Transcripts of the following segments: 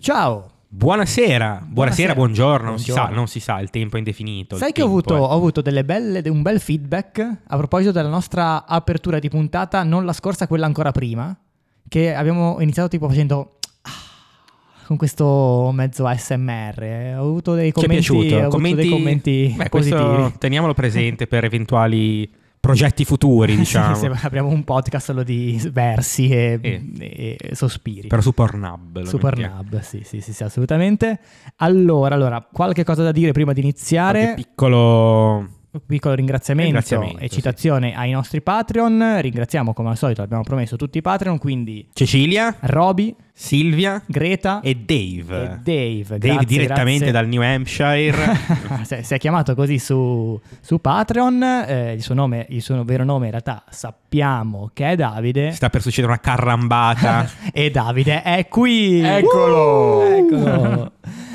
Ciao. Buonasera, buonasera, Buonasera. buongiorno, non si, sa, Buongiorno. non si sa, il tempo è indefinito. il Sai che ho avuto, tempo eh. è- ho avuto delle belle- de- un bel feedback a proposito della nostra apertura di puntata, non la scorsa, quella ancora prima, che abbiamo iniziato tipo facendo "Ah", con questo mezzo ASMR. Ho avuto dei Ci è commenti, piaciuto, ho avuto dei commenti beh, questo positivi. teniamolo presente per eventuali progetti futuri, diciamo, Sì, sembra- apriamo un podcast solo di versi e, e- e sospiri. per Supernab. lo Super mettiamo. Nub, sì, sì, sì, sì, assolutamente. Allora, allora, qualche cosa da dire prima di Qualche iniziare. piccolo... Un piccolo ringraziamento Ringraziamento, e citazione ai nostri Patreon. Ringraziamo come al solito, abbiamo promesso tutti i Patreon, quindi Cecilia, Roby, Silvia Greta e e Dave. Dave. Dave Grazie, direttamente grazie. dal New Hampshire. si, è, si è chiamato così su, su Patreon. eh, il, suo nome, il suo vero nome in realtà sappiamo che è Davide. Sta per succedere una carrambata. e Davide è qui. Uh! Eccolo! Eccolo.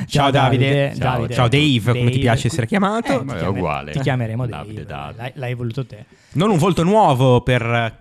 Ciao Davide. Ciao, Ciao Dave, come ti piace essere chiamato? ti Ma è chiamer- uguale. Ti chiameremo Davide. Davide, Davide. L'hai, l'hai voluto te. Non un volto nuovo per eh,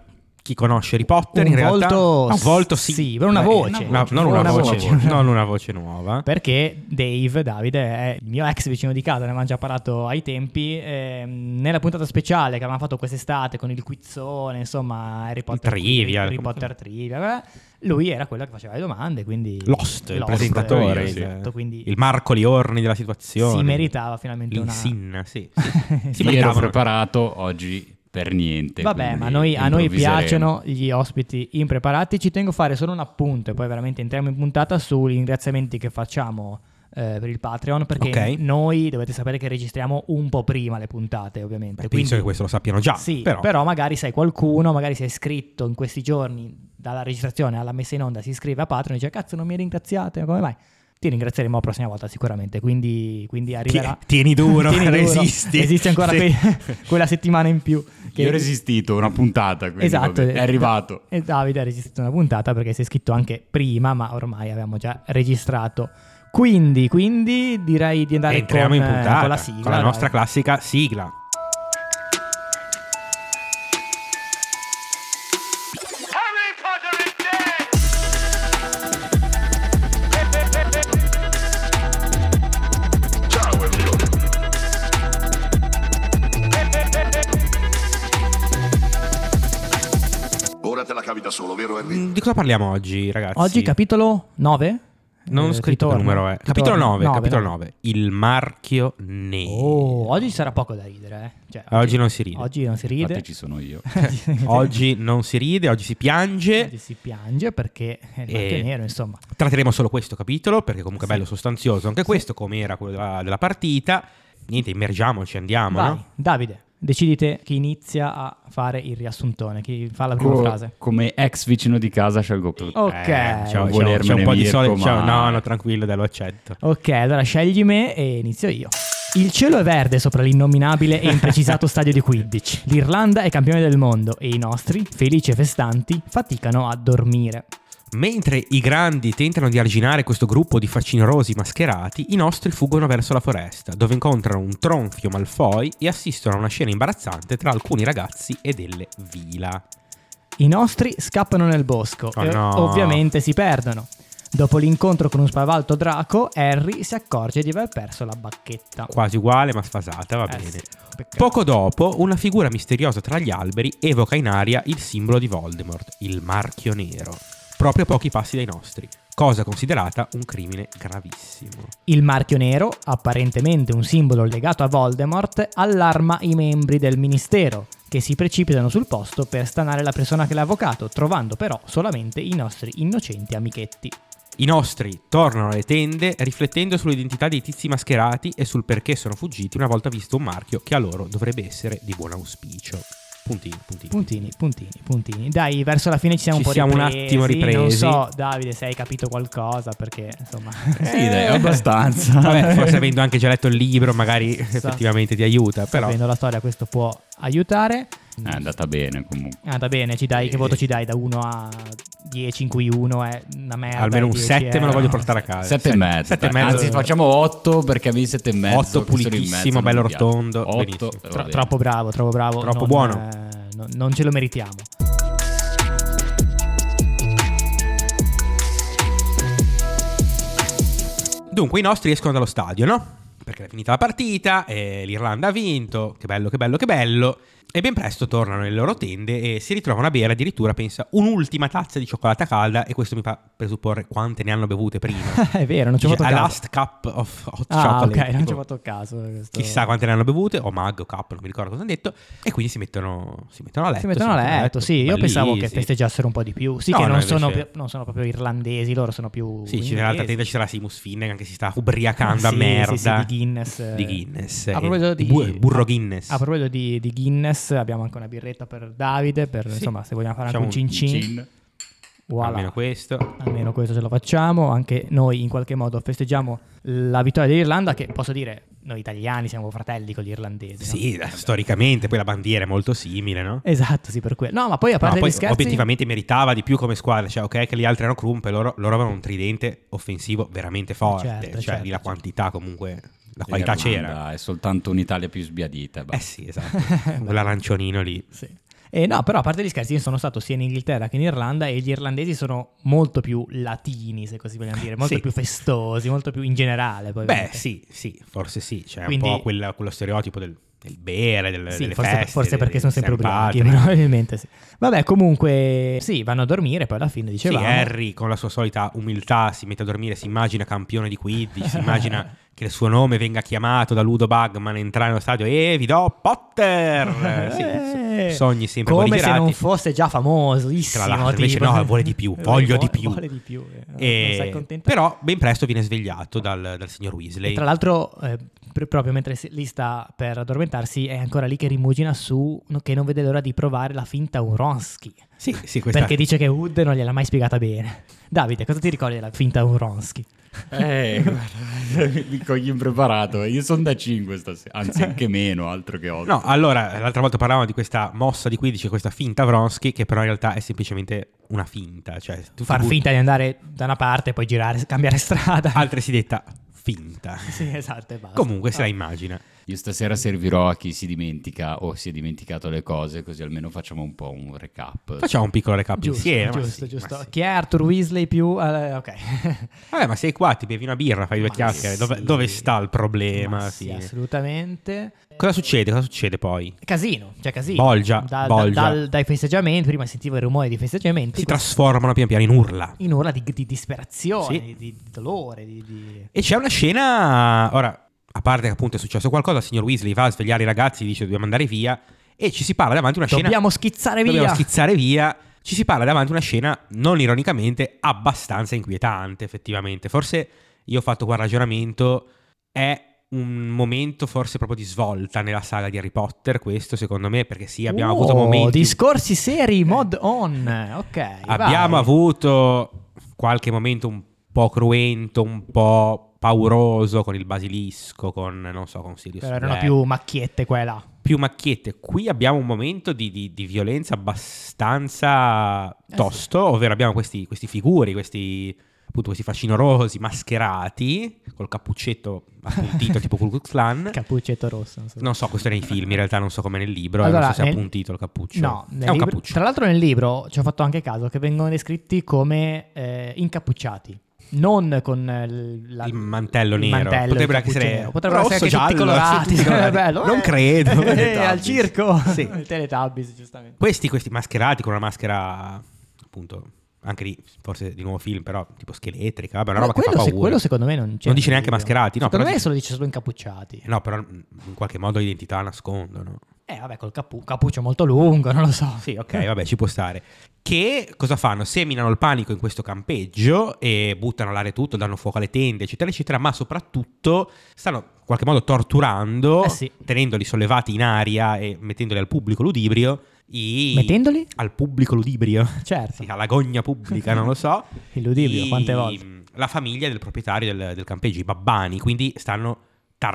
chi conosce Harry Potter, Un in realtà. volto- Ah, un volto sì. sì, però una Beh, voce. no, non una, voce, non una voce nuova. Perché Dave, Davide, è il mio ex vicino di casa, ne avevamo già parlato ai tempi, ehm, nella puntata speciale che avevamo fatto quest'estate con il quizzone, insomma, Harry Potter trivia, Harry come- Potter trivia, beh, lui era quello che faceva le domande, quindi... Lost, il eh, presentatore, sì. esatto, quindi il Marco Liorni della situazione. si meritava finalmente una... L'insinna, sì. sì. Si Ieri ero meritavano. preparato, oggi per niente. Vabbè, quindi ma noi- a noi improvviseremo. piacciono gli ospiti impreparati. Ci tengo a fare solo un appunto e poi veramente entriamo in puntata sui ringraziamenti che facciamo eh, per il Patreon. Perché Ok. noi dovete sapere che registriamo un po' prima le puntate, ovviamente. Beh, Quindi, penso che questo lo sappiano già, sì, però. però, magari sai qualcuno, magari si è iscritto in questi giorni dalla registrazione alla messa in onda, si iscrive a Patreon e dice cazzo non mi ringraziate, come mai? Ti ringrazieremo la prossima volta sicuramente, quindi, quindi ti- arriverà... tieni duro, Tieni duro. resisti. Esiste ancora Sì. que- quella settimana in più. Io ho resistito una puntata, quindi Esatto, vabbè, è arrivato. E Davide ha resistito una puntata perché si è iscritto anche prima, ma ormai avevamo già registrato. Quindi, quindi direi di andare Entriamo con, in eh, puntata con la sigla. dai. nostra classica sigla. Harry Potter is dead! Ora te la cavi da solo, vero Henry? Di cosa parliamo oggi, ragazzi? Eh, Oggi capitolo Eh, 9? non ho scritto che numero è. Capitolo 9, capitolo 9. Il marchio nero. Oh, oggi ci sarà poco da ridere, eh. Cioè, Ah, Oggi non si ride. Oggi non si ride. Infatti ci sono io. Oggi non si ride, oggi Eh, si piange. Oggi si piange perché è il marchio E- nero, insomma. Tratteremo solo questo capitolo perché comunque è bello sostanzioso anche questo, come era quello della, della partita. Niente, immergiamoci, andiamo. Vai, no? Davide, decidite chi inizia a fare il riassuntone, chi fa la prima Co- frase. Come ex vicino di casa scelgo tu. Ok. Eh, c'è, un- c'è un- volermene, c'è un po' di Mirko, sole. ma- c'è un- No, no, tranquillo, dai, lo accetto. Ok, allora scegli me e inizio io. Il cielo è verde sopra l'innominabile e imprecisato stadio di Quidditch. L'Irlanda è campione del mondo e i nostri, felici e festanti, faticano a dormire. Mentre i grandi tentano di arginare questo gruppo di facinorosi mascherati, i nostri fuggono verso la foresta, dove incontrano un tronfio Malfoy e assistono a una scena imbarazzante tra alcuni ragazzi e delle vila. I nostri scappano nel bosco Oh e no. ovviamente si perdono. Dopo l'incontro con un spavalto draco, Harry si accorge di aver perso la bacchetta. Quasi uguale ma sfasata, va Eh bene. sì, peccato. Poco dopo, una figura misteriosa tra gli alberi evoca in aria il simbolo di Voldemort, il marchio nero, proprio a pochi passi dai nostri, cosa considerata un crimine gravissimo. Il marchio nero, apparentemente un simbolo legato a Voldemort, allarma i membri del ministero, che si precipitano sul posto per stanare la persona che l'ha avvocato, trovando però solamente i nostri innocenti amichetti. I nostri tornano alle tende riflettendo sull'identità dei tizi mascherati e sul perché sono fuggiti una volta visto un marchio che a loro dovrebbe essere di buon auspicio. Puntini, puntini. Puntini, puntini, puntini. Dai, verso la fine ci siamo un Ci po' siamo un ripresi. attimo ripresi. Non so, Davide, se hai capito qualcosa, perché insomma... Eh, Sì, dai, abbastanza. Eh, Vabbè, forse avendo anche già letto il libro, magari Sa- effettivamente ti aiuta, però Esatto. Sapendo la storia questo può aiutare. È andata bene comunque. Ah, va bene, ci dai, che Sì. voto ci dai da 1 a 10 in cui 1 è una merda? almeno un 7 me lo voglio portare portare a casa. Sette e mezzo. Ah, Sette e dai. mezzo. Anzi, facciamo otto perché avevi sette e mezzo. Otto che sono in pulitissimo, mezzo, non bello mi piace. rotondo, Otto. benissimo. va Tro- bene. troppo bravo, troppo bravo. Troppo non, buono. eh, no- non ce lo meritiamo. Dunque, i nostri escono dallo stadio, no? Perché è finita la partita, e l'Irlanda ha vinto, che bello, che bello, che bello. E ben presto tornano nelle loro tende e si ritrovano a bere addirittura, pensa, un'ultima tazza di cioccolata calda e questo mi fa presupporre quante ne hanno bevute prima. è vero, non ci ho Dice, fatto "A caso. last cup of hot Ah, ok, chocolate", non ci ho tipo, fatto caso. questo- Chissà quante ne hanno bevute, o mag o cup, non mi ricordo cosa hanno detto. E quindi si mettono, si mettono a letto. Si mettono a letto, sì. Io Bellisi. pensavo che festeggiassero un po' di più. Sì, No, che no, non, invece- sono, pi- non sono proprio irlandesi, loro sono più. Sì, c'è nell'altra inglesi. tenda ci sarà Simus Finnegan che si sta ubriacando a Ah, Sì, merda. sì, sì, di Guinness. Di Guinness. A eh, proposito di- bu- burro Guinness. A proposito di, di Guinness, abbiamo anche una birretta per Davide. Per, Sì. Insomma, se vogliamo fare Facciamo anche un un cin cin, Cin. voilà. Almeno questo. Almeno questo ce lo facciamo. Anche noi in qualche modo festeggiamo la vittoria dell'Irlanda. Che posso dire, noi italiani siamo fratelli con gli irlandesi. no? Sì, eh, storicamente poi la bandiera è molto simile, no? Esatto, sì, per quello. No, ma poi a No, parte poi gli scherzi, obiettivamente meritava di più come squadra, cioè ok che gli altri erano crumpe, loro, loro avevano un tridente offensivo veramente forte, Certo, cioè certo, lì la certo. quantità comunque, la qualità c'era. L'Irlanda È soltanto un'Italia più sbiadita. Eh basta. sì, esatto, quell'aranciolino lì. Sì. Eh, no, però a parte gli scherzi, io sono stato sia in Inghilterra che in Irlanda e gli irlandesi sono molto più latini, se così vogliamo dire, molto Sì. più festosi, molto più in generale. Poi, Beh ovviamente. sì, sì, forse sì, c'è Quindi- un po' quella- quello stereotipo del, del bere, del, Sì, delle forse, feste. forse perché del- sono sempre del St. ubriachi, Patrick. probabilmente sì. Vabbè, comunque, sì, vanno a dormire, poi alla fine Sì, dicevamo... Harry con la sua solita umiltà si mette a dormire, si immagina campione di Quidditch, si immagina che il suo nome venga chiamato da Ludo Bugman entrare nello stadio e vi do Potter! Sì, Eh, so- sogni sempre come se belligeranti. non fosse già famosissimo Tra l'altro, invece tipo. no, vuole di più, Vuole- voglio di vuole- più. vuole di più, eh. Non E- sei contento? Però ben presto viene svegliato dal, dal signor E Weasley. tra l'altro, eh, pr- proprio mentre si- lì sta per addormentarsi, è ancora lì che rimugina su no- che non vede l'ora di provare la finta Uronsky. Sì, sì, questa... Perché dice che Wood non gliel'ha mai spiegata bene. Davide, cosa ti ricordi della finta Uronsky? Eh, guarda, mi cogli impreparato. Io sono da 5 stasera, anzi anche meno, altro che 8. No, allora, l'altra volta parlavamo di questa mossa di Quidditch, questa finta Vronsky, che però in realtà è semplicemente una finta. Cioè, tu Far ti butti- finta di andare da una parte e poi girare, cambiare strada. Altresì detta finta. sì, esatto, e basta. Ah. Comunque se la immagina. Io stasera servirò a chi si dimentica o si è dimenticato le cose, così almeno facciamo un po' un recap. Facciamo un piccolo recap Giusto, insieme. ma giusto, sì, giusto. ma sì. Chi è Arthur Weasley più... eh, ok. Vabbè, ma sei qua, ti bevi una birra, fai due Ma chiacchiere. sì. Dove, dove sta il problema? Ma Sì. sì, assolutamente. Cosa succede? Cosa succede poi? Casino, cioè casino. Bolgia, Da- da- bolgia. dal- dai festeggiamenti, prima sentivo il rumore di festeggiamenti. Si trasformano pian piano in urla. in ora di, di disperazione, Sì. di, di dolore, di, di- E c'è una scena. Ora, a parte che appunto è successo qualcosa, il signor Weasley va a svegliare i ragazzi, dice dobbiamo andare via. E ci si parla davanti a una scena. Dobbiamo schizzare via. Dobbiamo schizzare via. Ci si parla davanti a una scena, non ironicamente, abbastanza inquietante, effettivamente. Forse io ho fatto qua il ragionamento. È un momento forse proprio di svolta nella saga di Harry Potter, questo secondo me, perché sì, abbiamo avuto Oh, momenti. Eh. Discorsi seri, mod on. Ok. abbiamo vai. avuto qualche momento un po' cruento, un po' pauroso con il basilisco, con non so, con Sirius. Però erano Black. più macchiette quella. più macchiette. Qui abbiamo un momento di, di- di violenza abbastanza Eh sì. tosto, ovvero abbiamo questi, questi figuri, questi appunto questi facinorosi mascherati col cappuccetto appuntito tipo Ku Klux Klan. Cappuccetto rosso. so. Non so, questo è nei film, in realtà non so come nel libro, Allora, non so se è nel- appuntito il cappuccio. No, è un nel libro- cappuccio. Tra l'altro nel libro ci ho fatto anche caso che vengono descritti come eh, incappucciati. Non con eh, l- la- il mantello il nero mantello, il potrebbero anche cappuccio essere nero. potrebbero rosso, essere anche tutti giallo, colorati. tutti colorati. Bello, non eh. credo Esatto. Eh, al Teletubbies. circo. Sì. Il Teletubbies, giustamente. Questi, questi mascherati con una maschera, appunto, anche lì, forse di nuovo film, però tipo scheletrica, vabbè, una Ma roba che fa quello, se- paura. quello secondo me non c'è. Non dice nel neanche libro. mascherati, no, Secondo però me dice- solo dice solo incappucciati. Eh, No, però in qualche modo identità nascondono. Eh, vabbè, col cappu- cappuccio molto lungo, non lo so. Sì, ok, vabbè, ci può stare. Che cosa fanno? Seminano il panico in questo campeggio e buttano all'aria tutto, danno fuoco alle tende, eccetera, eccetera, ma soprattutto stanno in qualche modo torturando, Eh sì. tenendoli sollevati in aria e mettendoli al pubblico ludibrio. I... Mettendoli? Al pubblico ludibrio. Certo. Sì, alla gogna pubblica, non lo so. Il ludibrio, I- quante volte? Ehm, La famiglia del proprietario del, del campeggio, i babbani, quindi stanno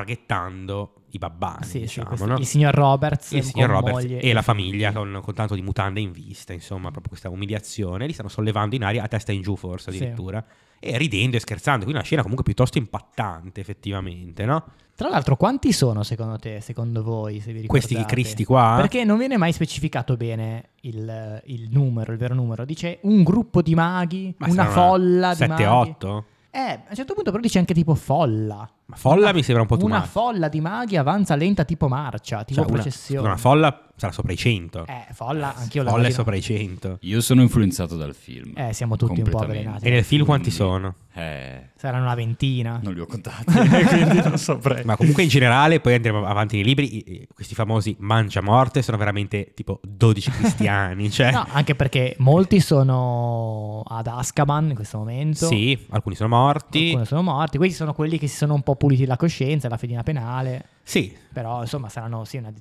targettando i babbani, Sì, sì, diciamo, questo- no? Il signor Roberts, il signor con Roberts moglie e la famiglia con, con tanto di mutande in vista, insomma, proprio questa umiliazione, li stanno sollevando in aria a testa in giù forse Sì. addirittura, e ridendo e scherzando, quindi una scena comunque piuttosto impattante effettivamente, no? Tra l'altro, quanti sono secondo te, secondo voi, se vi ricordate? Questi cristi qua, Perché non viene mai specificato bene il, il numero, il vero numero. Dice un gruppo di maghi, Ma una saranno folla di maghi. 7-8? Eh, a un certo punto però dice anche tipo folla. Ma folla mi sembra un po' too Una much. folla di maghi avanza lenta tipo marcia, tipo Cioè, una- processione. Una, folla sarà sopra i 100. Eh, folla, anch'io la folla immagino. è sopra i 100. Io sono influenzato dal film. Eh, siamo tutti un po' Completamente. avvelenati. E nel film quanti Quindi- sono? Eh, Saranno una ventina. non li ho contati, eh, quindi non saprei. Ma comunque in generale, poi andremo avanti nei libri, i- i- questi famosi mangia morte sono veramente tipo 12 cristiani, cioè... No, anche perché molti sono ad Azkaban in questo momento. Sì, alcuni sono morti. Alcuni sono morti. Questi sono quelli che si sono un po' puliti la coscienza, la fedina penale. Sì, Però insomma saranno sì, una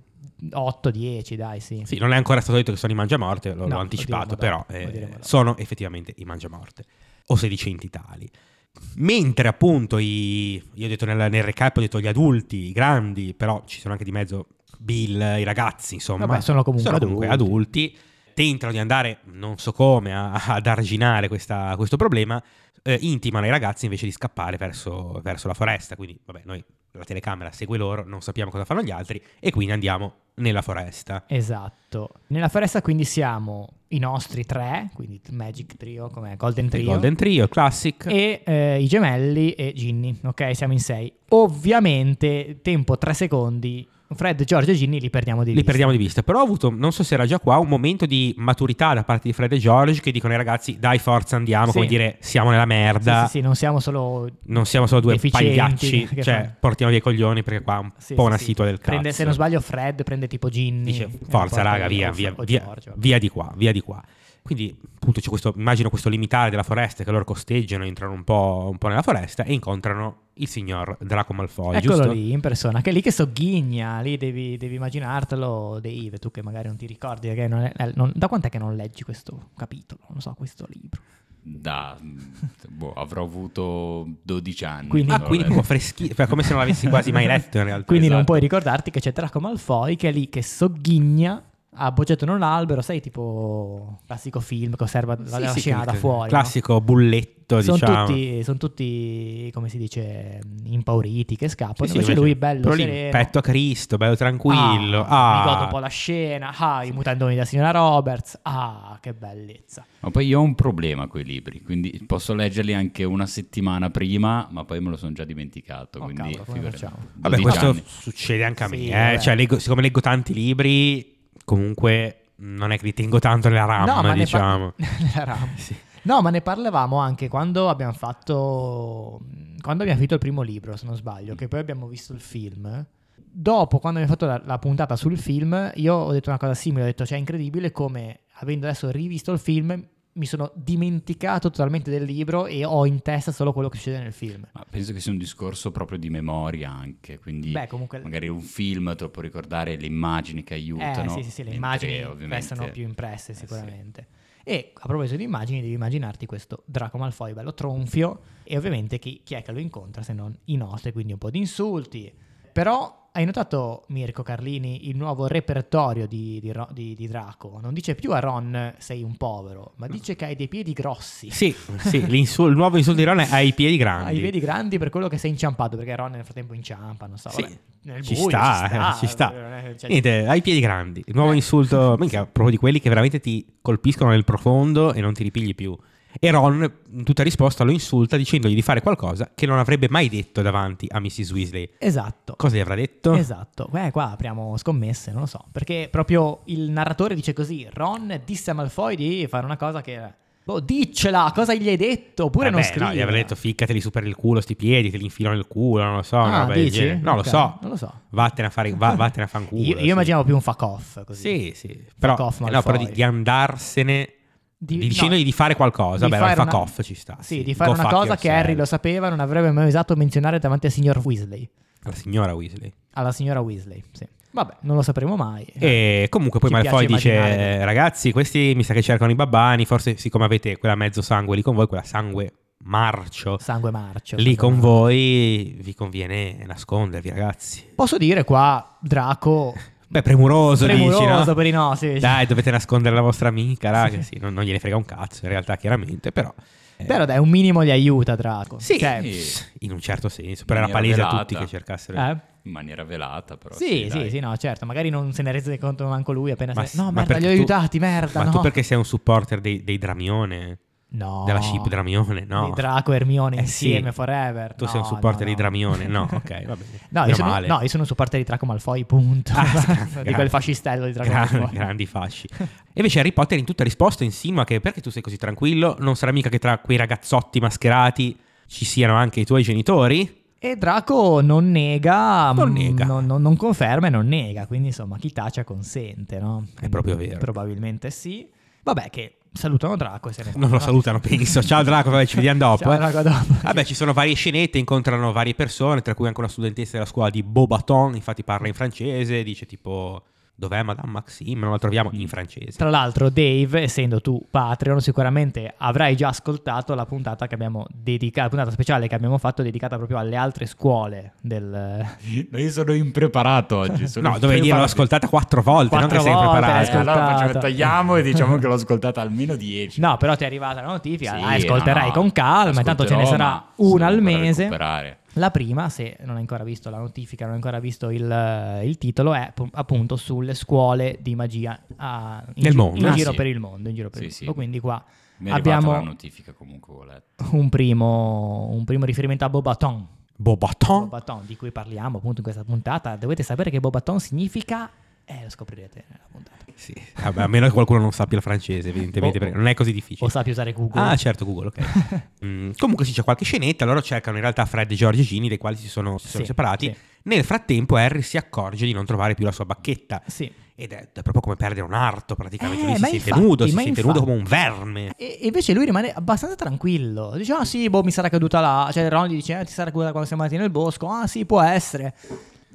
8-10, dai, sì. sì, non è ancora stato detto che sono i mangiamorte, No, lo- l'ho lo anticipato, diremo dopo, però lo eh, diremo dopo. sono effettivamente i mangiamorte, o sedicenti tali. Mentre appunto i, io ho detto nel, nel recap, ho detto gli adulti, i grandi, però ci sono anche di mezzo Bill, i ragazzi, insomma, Vabbè, sono comunque adulti. tentano di andare, non so come, a- ad arginare questa- questo problema, eh, intimano i ragazzi invece di scappare verso, verso la foresta. Quindi, vabbè, noi la telecamera segue loro, non sappiamo cosa fanno gli altri e quindi andiamo nella foresta. Esatto. Nella foresta quindi siamo i nostri tre, quindi Magic Trio, come Golden Il Trio. Golden Trio, il Classic. e eh, i gemelli e Ginny, ok? Siamo in sei. Ovviamente, tempo tre secondi, Fred, Giorgio e Ginny li perdiamo di Li vista. perdiamo di vista, però ho avuto, non so se era già qua, un momento di maturità da parte di Fred e George che dicono ai ragazzi dai forza andiamo, Sì. come dire siamo nella merda, Sì, sì, sì, non siamo solo... non siamo solo due Deficienti, pagliacci, che cioè fanno? portiamo via i coglioni perché qua è un sì, po' sì, una sì. situa del cazzo. Prende, Se non sbaglio Fred prende tipo Ginny. eh, dice e la forza porta raga o- via o- via, o via, Giorgio. via di qua via di qua quindi appunto c'è questo immagino questo limitare della foresta che loro costeggiano entrano un po', un po' nella foresta e incontrano il signor Draco Malfoy Eccolo giusto? lì in persona, che è lì che sogghigna, lì devi, devi immaginartelo, Dave, tu che magari non ti ricordi, perché non è- eh, non- da quant'è che non leggi questo capitolo, non so, questo libro? Da, boh, avrò avuto 12 anni. Quindi- ah quando quindi l'ho proprio freschi cioè, come se non l'avessi quasi mai letto in realtà Quindi non Esatto. puoi ricordarti che c'è Draco Malfoy che è lì che sogghigna, ha bocciato in un albero, sai tipo classico film che osserva la, Sì, la sì, scena quindi da fuori. classico bulletto no? Sono, diciamo tutti, sono tutti, come si dice, impauriti che Sì, scappano. sì, invece invece- lui bello però lì, sereno. petto a Cristo bello tranquillo ah, Mi godo un po' la scena. Ah, i mutandoni da signora Roberts. Ah, che bellezza. Ma poi io ho un problema con i libri, quindi posso leggerli anche una settimana prima, ma poi me lo sono già dimenticato. Oh, quindi cavolo, come figurati. facciamo? 12 Vabbè, questo anni. succede anche a me. Sì, eh. vabbè. Cioè, leggo- siccome leggo tanti libri, comunque non è che li tengo tanto nella RAM, ne par- diciamo. Nella RAM. Sì. No, ma ne parlavamo anche quando abbiamo fatto. Quando abbiamo finito il primo libro, se non sbaglio, che poi abbiamo visto il film. Dopo, quando abbiamo fatto la, la puntata sul film, io ho detto una cosa simile: ho detto, cioè, è incredibile come avendo adesso rivisto il film. Mi sono dimenticato totalmente del libro e ho in testa solo quello che succede nel film. Ma penso che sia un discorso proprio di memoria anche, quindi Beh, comunque. magari un film te lo può ricordare le immagini che aiutano. Eh, sì, sì, sì, le mentre immagini ovviamente- restano più impresse Eh, sì. sicuramente. E a proposito di immagini, devi immaginarti questo Draco Malfoy bello tronfio e ovviamente chi, chi è che lo incontra se non i nostri, quindi un po' di insulti. Però hai notato, Mirko Carlini, il nuovo repertorio di, di Ro- di- di Draco? Non dice più a Ron sei un povero, ma dice che hai dei piedi grossi. Sì, sì, l'insul- il nuovo insulto di Ron è ai piedi grandi. Hai i piedi grandi per quello che sei inciampato, perché Ron nel frattempo inciampa, non so. Sì, vabbè, nel Ci buio, sta, ci sta. eh, ci sta. eh, cioè- Niente, ai piedi grandi. Il nuovo insulto, mica, proprio di quelli che veramente ti colpiscono nel profondo e non ti ripigli più. E Ron, in tutta risposta, lo insulta dicendogli di fare qualcosa che non avrebbe mai detto davanti a Mrs. Weasley. Esatto. Cosa gli avrà detto? Esatto, eh, qua apriamo scommesse, non lo so, perché proprio il narratore dice così, Ron disse a Malfoy di fare una cosa che... Boh, diccela, cosa gli hai detto? Oppure non Vabbè, scrivi. No, gli avrei detto ficcateli su per il culo, sti piedi, te li infilo nel culo, non lo so. Ah, una roba del dici? genere. No, Ok, lo so. non lo so. Vattene a fare, va- vattene a fanculo. Io, io sì. immaginavo più un fuck off così. Sì, sì. Però, eh, off, no, Malfoy. però di, di andarsene Di- di- dicendogli no, di fare qualcosa. di Beh, fare il fuck una- off ci sta. Sì, di fare Go una fuck cosa che yourself. Harry lo sapeva, non avrebbe mai osato menzionare davanti al signor Weasley. La signora Weasley. Alla signora Weasley, sì. Vabbè, non lo sapremo mai. E Eh, comunque poi Eh, Ci piace Malfoy dice: immaginare. Ragazzi, questi mi sa che cercano i babbani. Forse, siccome avete quella mezzo sangue lì con voi, quella sangue marcio Sangue marcio. lì sangue con marcio. voi, vi conviene nascondervi, ragazzi. Posso dire qua, Draco... Beh, premuroso, dici, Premuroso no? per i no, sì. Dai, dovete nascondere la vostra amica, raga. Sì, non, non gliene frega un cazzo, in realtà, chiaramente, però... eh, Però dai, un minimo gli aiuta Draco. Sì, Cioè, in un certo senso, però in era palese a maniera tutti che velata. cercassero... eh? In maniera velata, però. Sì, sì, dai. sì, no, certo, magari non se ne rese conto manco lui appena Ma se- s- No, ma merda, perché li ho tu- aiutati, merda, Ma no. tu perché sei un supporter dei, dei Dramione? No. Della ship Dramione, no. Di Draco e Hermione Eh sì. insieme forever. Tu No, sei un supporter no, di no. Dramione, no, ok, va bene. No, io Meno sono, male. no, io sono un supporter di Draco Malfoy, punto. Ah, di grandi- quel fascistello di Draco gran- Malfoy. grandi fasci. E invece Harry Potter in tutta risposta insinua che perché tu sei così tranquillo? Non sarà mica che tra quei ragazzotti mascherati ci siano anche i tuoi genitori? E Draco non nega, Non mm, nega. Non, non- non conferma e non nega, quindi insomma chi tace consente, no? È proprio vero. Probabilmente sì. Vabbè che salutano Draco e se ne Non lo vanno. salutano, penso. Ciao Draco, vabbè, ci vediamo dopo. Ciao, eh. Draco, a dopo. Vabbè, ci sono varie scenette, incontrano varie persone, tra cui anche una studentessa della scuola di Beaubaton, infatti parla in francese, dice tipo dov'è Madame Maxime? Non la troviamo in francese. Tra l'altro Dave, essendo tu Patreon, sicuramente avrai già ascoltato la puntata che abbiamo dedicato, la puntata speciale che abbiamo fatto dedicata proprio alle altre scuole del... No, io sono impreparato oggi. Sono No, dovevi dire l'ho impreparato. ascoltata quattro volte, Quattro non che sei volte, preparato. Eh, allora ascoltata. facciamo- tagliamo e diciamo che l'ho ascoltata almeno 10. No, però ti è arrivata la notifica, Sì, la ascolterai no, no, con calma, intanto ce ne ascolterò, sarà ma una sì, al vorrei mese. recuperare. La prima, se non hai ancora visto la notifica, non hai ancora visto il, il titolo, è pu- appunto sulle scuole di magia a- in Nel gi- mondo. In Ah, giro sì. per il mondo. In giro per Sì, il sì. mondo. Quindi qua Mi è Abbiamo- Abbiamo... la notifica comunque ho letto. un primo, un primo riferimento a Bobaton. Beaubaton? Bobaton, di cui parliamo appunto in questa puntata. Dovete sapere che Bobaton significa... Eh, lo scoprirete nella puntata. Sì, vabbè, a meno che qualcuno non sappia il francese, evidentemente, O- perché non è così O difficile. sapi usare Google. Ah, certo, Google, ok. Mm, comunque sì, c'è qualche scenetta, loro cercano in realtà Fred e George e Ginny, dei quali si sono, si sono Sì, separati. sì. Nel frattempo Harry si accorge di non trovare più la sua bacchetta. Sì. Ed è, è proprio come perdere un arto, praticamente. Eh, Lui si ma siente infatti, nudo, si ma siente infatti. nudo come un verme. E e invece lui rimane abbastanza tranquillo. Dice: Ah, sì, boh, mi sarà caduta là. Cioè, Ron gli dice: "Eh, Ti sarà caduta quando siamo andati nel bosco. Ah, sì, può essere.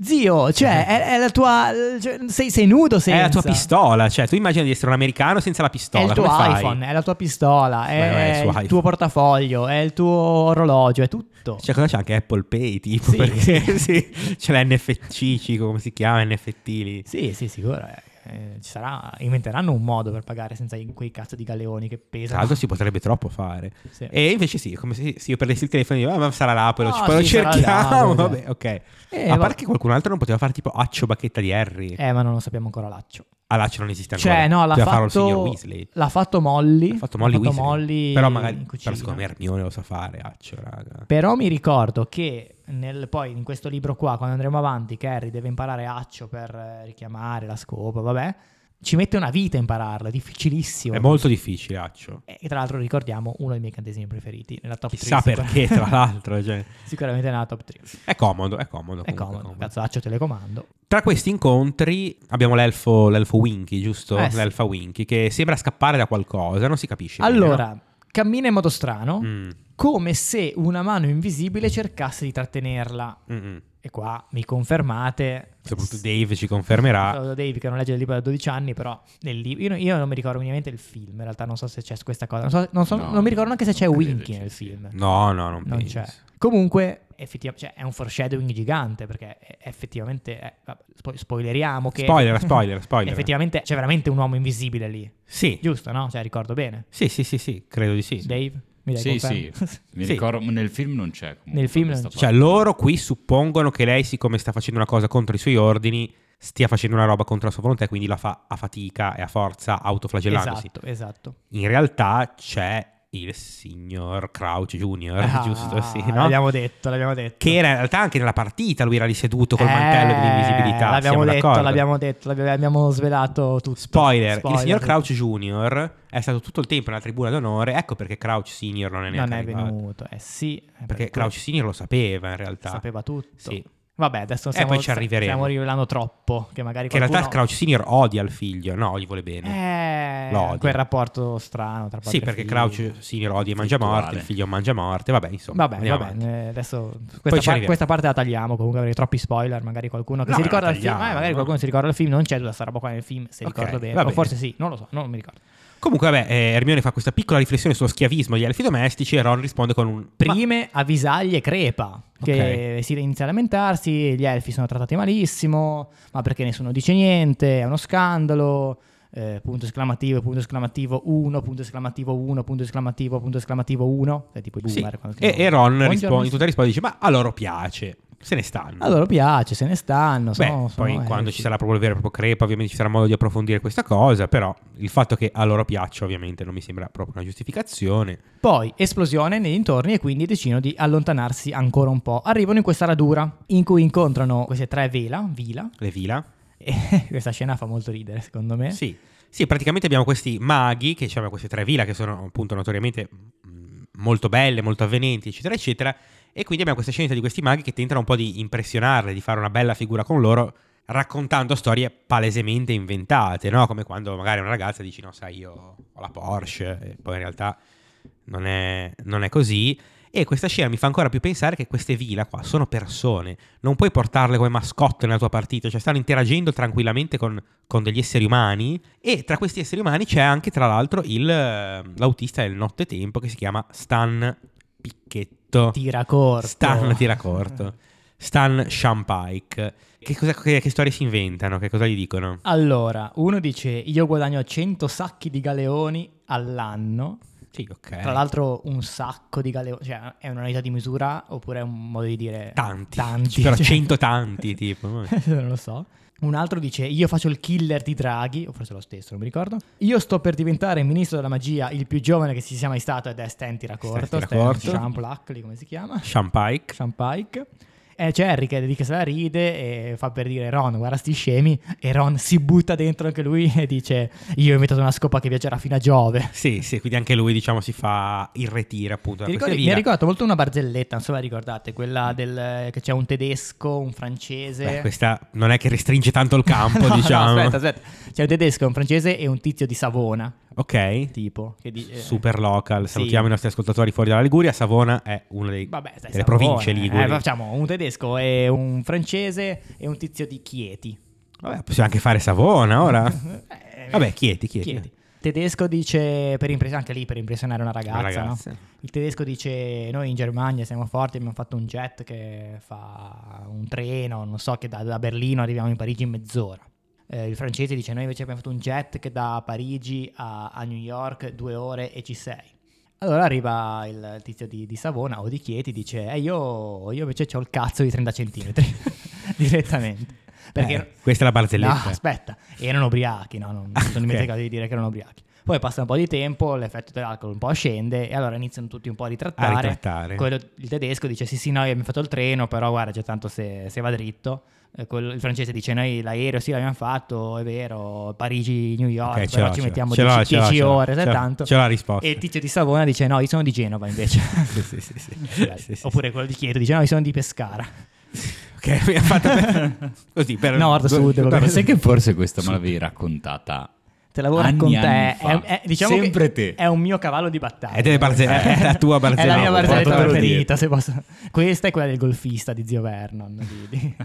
Zio, cioè, è, è la tua. cioè, sei, sei nudo, senza. Eh. È la tua pistola, cioè tu immagini di essere un americano senza la È pistola. il tuo come fai? iPhone, è la tua pistola, Ma non è il è, suo il iPhone. tuo portafoglio, è il tuo orologio, è tutto. Cioè, cosa c'è anche Apple Pay? Tipo, Sì. perché sì, c'è la NFC, ci- come si chiama? NFT lì. Sì, sì, sicuro. eh, eh, ci sarà, inventeranno un modo per pagare senza i- quei cazzo di galeoni che Tra pesano. l'altro si potrebbe troppo fare. Sì. E invece sì, è come se, se io perdessi il telefono e dico, ah, ma sarà là, poi lo, Ah, poi lo sì, sarà là, cerchiamo. vabbè. Vabbè, ok. Eh, va- A parte che qualcun altro non poteva fare tipo accio bacchetta di Harry. Eh, ma non lo sappiamo ancora, Laccio. Ah, là, cioè non esiste ancora. Cioè, no, l'ha Doveva farlo il fatto, signor Weasley. l'ha fatto Molly. Ha fatto Molly l'ha Weasley. Molly però magari in però cucina. secondo me Hermione lo sa fare, accio, raga. Però mi ricordo che nel- poi in questo libro qua, quando andremo avanti, che Harry deve imparare accio per eh, richiamare la scopa, vabbè, ci mette una vita a impararla, è difficilissimo. È molto difficile, accio. e tra l'altro ricordiamo uno dei miei incantesimi preferiti, nella top 3. Chissà perché, tra l'altro. Cioè. Sicuramente nella top 3. È comodo, è comodo. È comunque, comodo, cazzo, accio telecomando. Tra questi incontri abbiamo l'elfo, l'elfo Winky, giusto? Eh, sì. L'elfa Winky, che sembra scappare da qualcosa, non si capisce. bene, Allora, cammina in modo strano, no? Mm, come se una mano invisibile cercasse di trattenerla. mm, mm. E qua mi confermate. Soprattutto Dave ci confermerà. Salvo Dave che non legge il libro da 12 anni, però nel libro- io, io non mi ricordo minimamente il film, in realtà non so se c'è questa cosa, non, so- non so- No, non mi ricordo neanche se non c'è credo Winky ci nel sia. film, No, no, non, non penso. c'è. Comunque effettivamente cioè, è un foreshadowing gigante perché è- effettivamente è- vabbè, spo- spoileriamo che Spoiler, spoiler, spoiler. effettivamente c'è veramente un uomo invisibile lì, Sì. giusto no? Cioè ricordo bene. sì, sì, sì, sì, credo di sì. Dave, mi dai Sì, sì, conferma? mi Sì. ricordo, ma nel film non c'è comunque. Nel film questa non c'è. Cioè, parte. loro qui suppongono che lei, siccome sta facendo una cosa contro i suoi ordini, stia facendo una roba contro la sua volontà e quindi la fa a fatica e a forza autoflagellandosi. esatto, esatto. In realtà c'è il signor Crouch Jr., Ah, giusto? Sì, no? L'abbiamo detto, l'abbiamo detto. Che era in realtà anche nella partita lui era risseduto col Eh, mantello dell'invisibilità. L'abbiamo siamo detto, d'accordo? l'abbiamo detto, l'abbiamo abbiamo svelato tutto. Spoiler, il signor sì. Crouch Jr. è stato tutto il tempo nella tribuna d'onore, ecco perché Crouch Senior non è neanche non è arrivato. venuto. Eh sì, eh, Perché perché Crouch Senior lo sapeva in realtà. sapeva tutto. Sì. Vabbè, adesso Eh, stiamo, poi ci arriveremo. stiamo rivelando troppo, che magari Che in realtà qualcuno- Crouch Senior odia il figlio, no, gli vuole bene. Eh, Lo odia. quel rapporto strano tra padre sì, e perché figlio. Crouch Senior odia i mangiamorti, Rituale. il figlio mangia morte, vabbè, insomma. Vabbè, andiamo vabbè, avanti. eh, adesso ci questa, par- arriviamo. questa parte la tagliamo, comunque avrei troppi spoiler, magari qualcuno che No, si ma la ricorda il film, tagliamo, eh, magari no? qualcuno si ricorda il film, non c'è tutta sta roba qua nel film, se Ok, ricordo bene, va o bene. forse sì, non lo so, non mi ricordo. Comunque, vabbè, eh, Hermione fa questa piccola riflessione sullo schiavismo degli elfi domestici e Ron risponde con un... "Ma prime avvisaglie crepa che si inizia a lamentarsi, gli elfi sono trattati malissimo, ma perché nessuno dice niente, è uno scandalo. eh, punto esclamativo, punto esclamativo 1, punto esclamativo 1, punto esclamativo, punto esclamativo 1. È tipo i Sì. boomer. quando E, scrivono, e Ron "Buongiorno, risponde, in mister". tutta risposta dice: Ma a loro piace. Se ne stanno. A loro piace, se ne stanno. Beh, sono- sono poi quando esci. ci sarà proprio il vero e proprio crepa, ovviamente ci sarà modo di approfondire questa cosa, però il fatto che a loro piaccia ovviamente non mi sembra proprio una giustificazione. Poi esplosione nei dintorni e quindi decidono di allontanarsi ancora un po'. Arrivano in questa radura in cui incontrano queste tre vela, vila. Le vila? E questa scena fa molto ridere, secondo me. Sì. Sì, praticamente abbiamo questi maghi, che diciamo queste tre vila che sono appunto notoriamente mh, molto belle, molto avvenenti, eccetera, eccetera, e quindi abbiamo questa scenetta di questi maghi che tentano un po' di impressionarle, di fare una bella figura con loro, raccontando storie palesemente inventate, no? Come quando magari una ragazza dici, no, sai, io ho la Porsche, e poi in realtà non è, non è così. E questa scena mi fa ancora più pensare che queste vila qua sono persone, non puoi portarle come mascotte nella tua partita, cioè stanno interagendo tranquillamente con, con degli esseri umani e tra questi esseri umani c'è anche tra l'altro il, eh, l'autista del nottetempo che si chiama Stan Picchetto. Tira corto. Stan tira corto. Stan Shampike. Che, cosa- che- che storie si inventano? Che cosa gli dicono? Allora, uno dice io guadagno 100 sacchi di galeoni all'anno. Sì, ok. Tra l'altro un sacco di galeoni, cioè è un'unità di misura oppure è un modo di dire... tanti. Tanti. Però cioè- cento tanti, tipo. non lo so. Un altro dice: Io faccio il killer di Draghi, o forse lo stesso, non mi ricordo. Io sto per diventare ministro della magia, il più giovane che si sia mai stato, ed è Stan Tiracorto. Stan Tiracorto. Champlack, lì come si chiama? Shampike. Sean Pike. E c'è Harry che, che se la ride e fa per dire Ron, guarda sti scemi. E Ron si butta dentro anche lui e dice: Io ho inventato una scopa che viaggerà fino a Giove. Sì, sì, quindi anche lui, diciamo, si fa irretire appunto da Mi, questa Eh. ricordi- mi ha vila. ricordato molto una barzelletta, non so se la ricordate, quella del, che c'è un tedesco, un francese. Beh, questa non è che restringe tanto il campo, No, no, diciamo. aspetta, aspetta. C'è un tedesco, un francese e un tizio di Savona, Ok. tipo. Che di- eh, Super local. sì. Salutiamo i nostri ascoltatori fuori dalla Liguria. Savona è una dei- Vabbè, sai, delle Savona, province liguri. eh, facciamo un tedesco e un francese e un tizio di Chieti. Vabbè, possiamo anche fare Savona ora. Eh, Vabbè, Chieti, Chieti. Chieti. Tedesco dice, per impres- anche lì per impressionare una ragazza, Una ragazza. no? il tedesco dice noi in Germania siamo forti, abbiamo fatto un jet che fa un treno, non so, che da, da Berlino arriviamo in Parigi in mezz'ora. Eh, il francese dice noi invece abbiamo fatto un jet che da Parigi a, a New York due ore e ci sei. Allora arriva il tizio di, di Savona o di Chieti dice eh io, io invece ho il cazzo di 30 centimetri direttamente. Perché Eh, questa è la barzelletta. No, aspetta, erano ubriachi, no? Non non Ah, sono ok. dimenticato di dire che erano ubriachi. Poi passa un po' di tempo, l'effetto dell'alcol un po' scende e allora iniziano tutti un po' a ritrattare. A ritrattare. Quello, il tedesco dice sì sì, noi abbiamo fatto il treno, però guarda, già tanto se, se va dritto. Eh, quello- il francese dice noi l'aereo sì l'abbiamo fatto, è vero, Parigi, New York, Ok, ce però l'ho, ci ce l'ho, mettiamo ce l'ho, 10 ce l'ho, 10 ce l'ho, ore, ce sai l'ho, tanto. ce l'ho la risposta. E il tizio di Savona dice no, io sono di Genova invece. sì, sì, sì, sì. Dai. Sì, sì, Oppure quello di Chieto dice no, io sono di Pescara. Ok, mi ha fatto per- così per Nord, sud, per- vabbè. per- Sai Sai che forse questa me l'avevi raccontata? Te lavoro Anni, con te. anni fa. È, è- diciamo che Sempre te. È un mio cavallo di battaglia. È delle barze- è la tua È la barzelletta. mia barzelletta Portatelo preferita. se posso- Questa è quella del golfista di zio Vernon. di- di-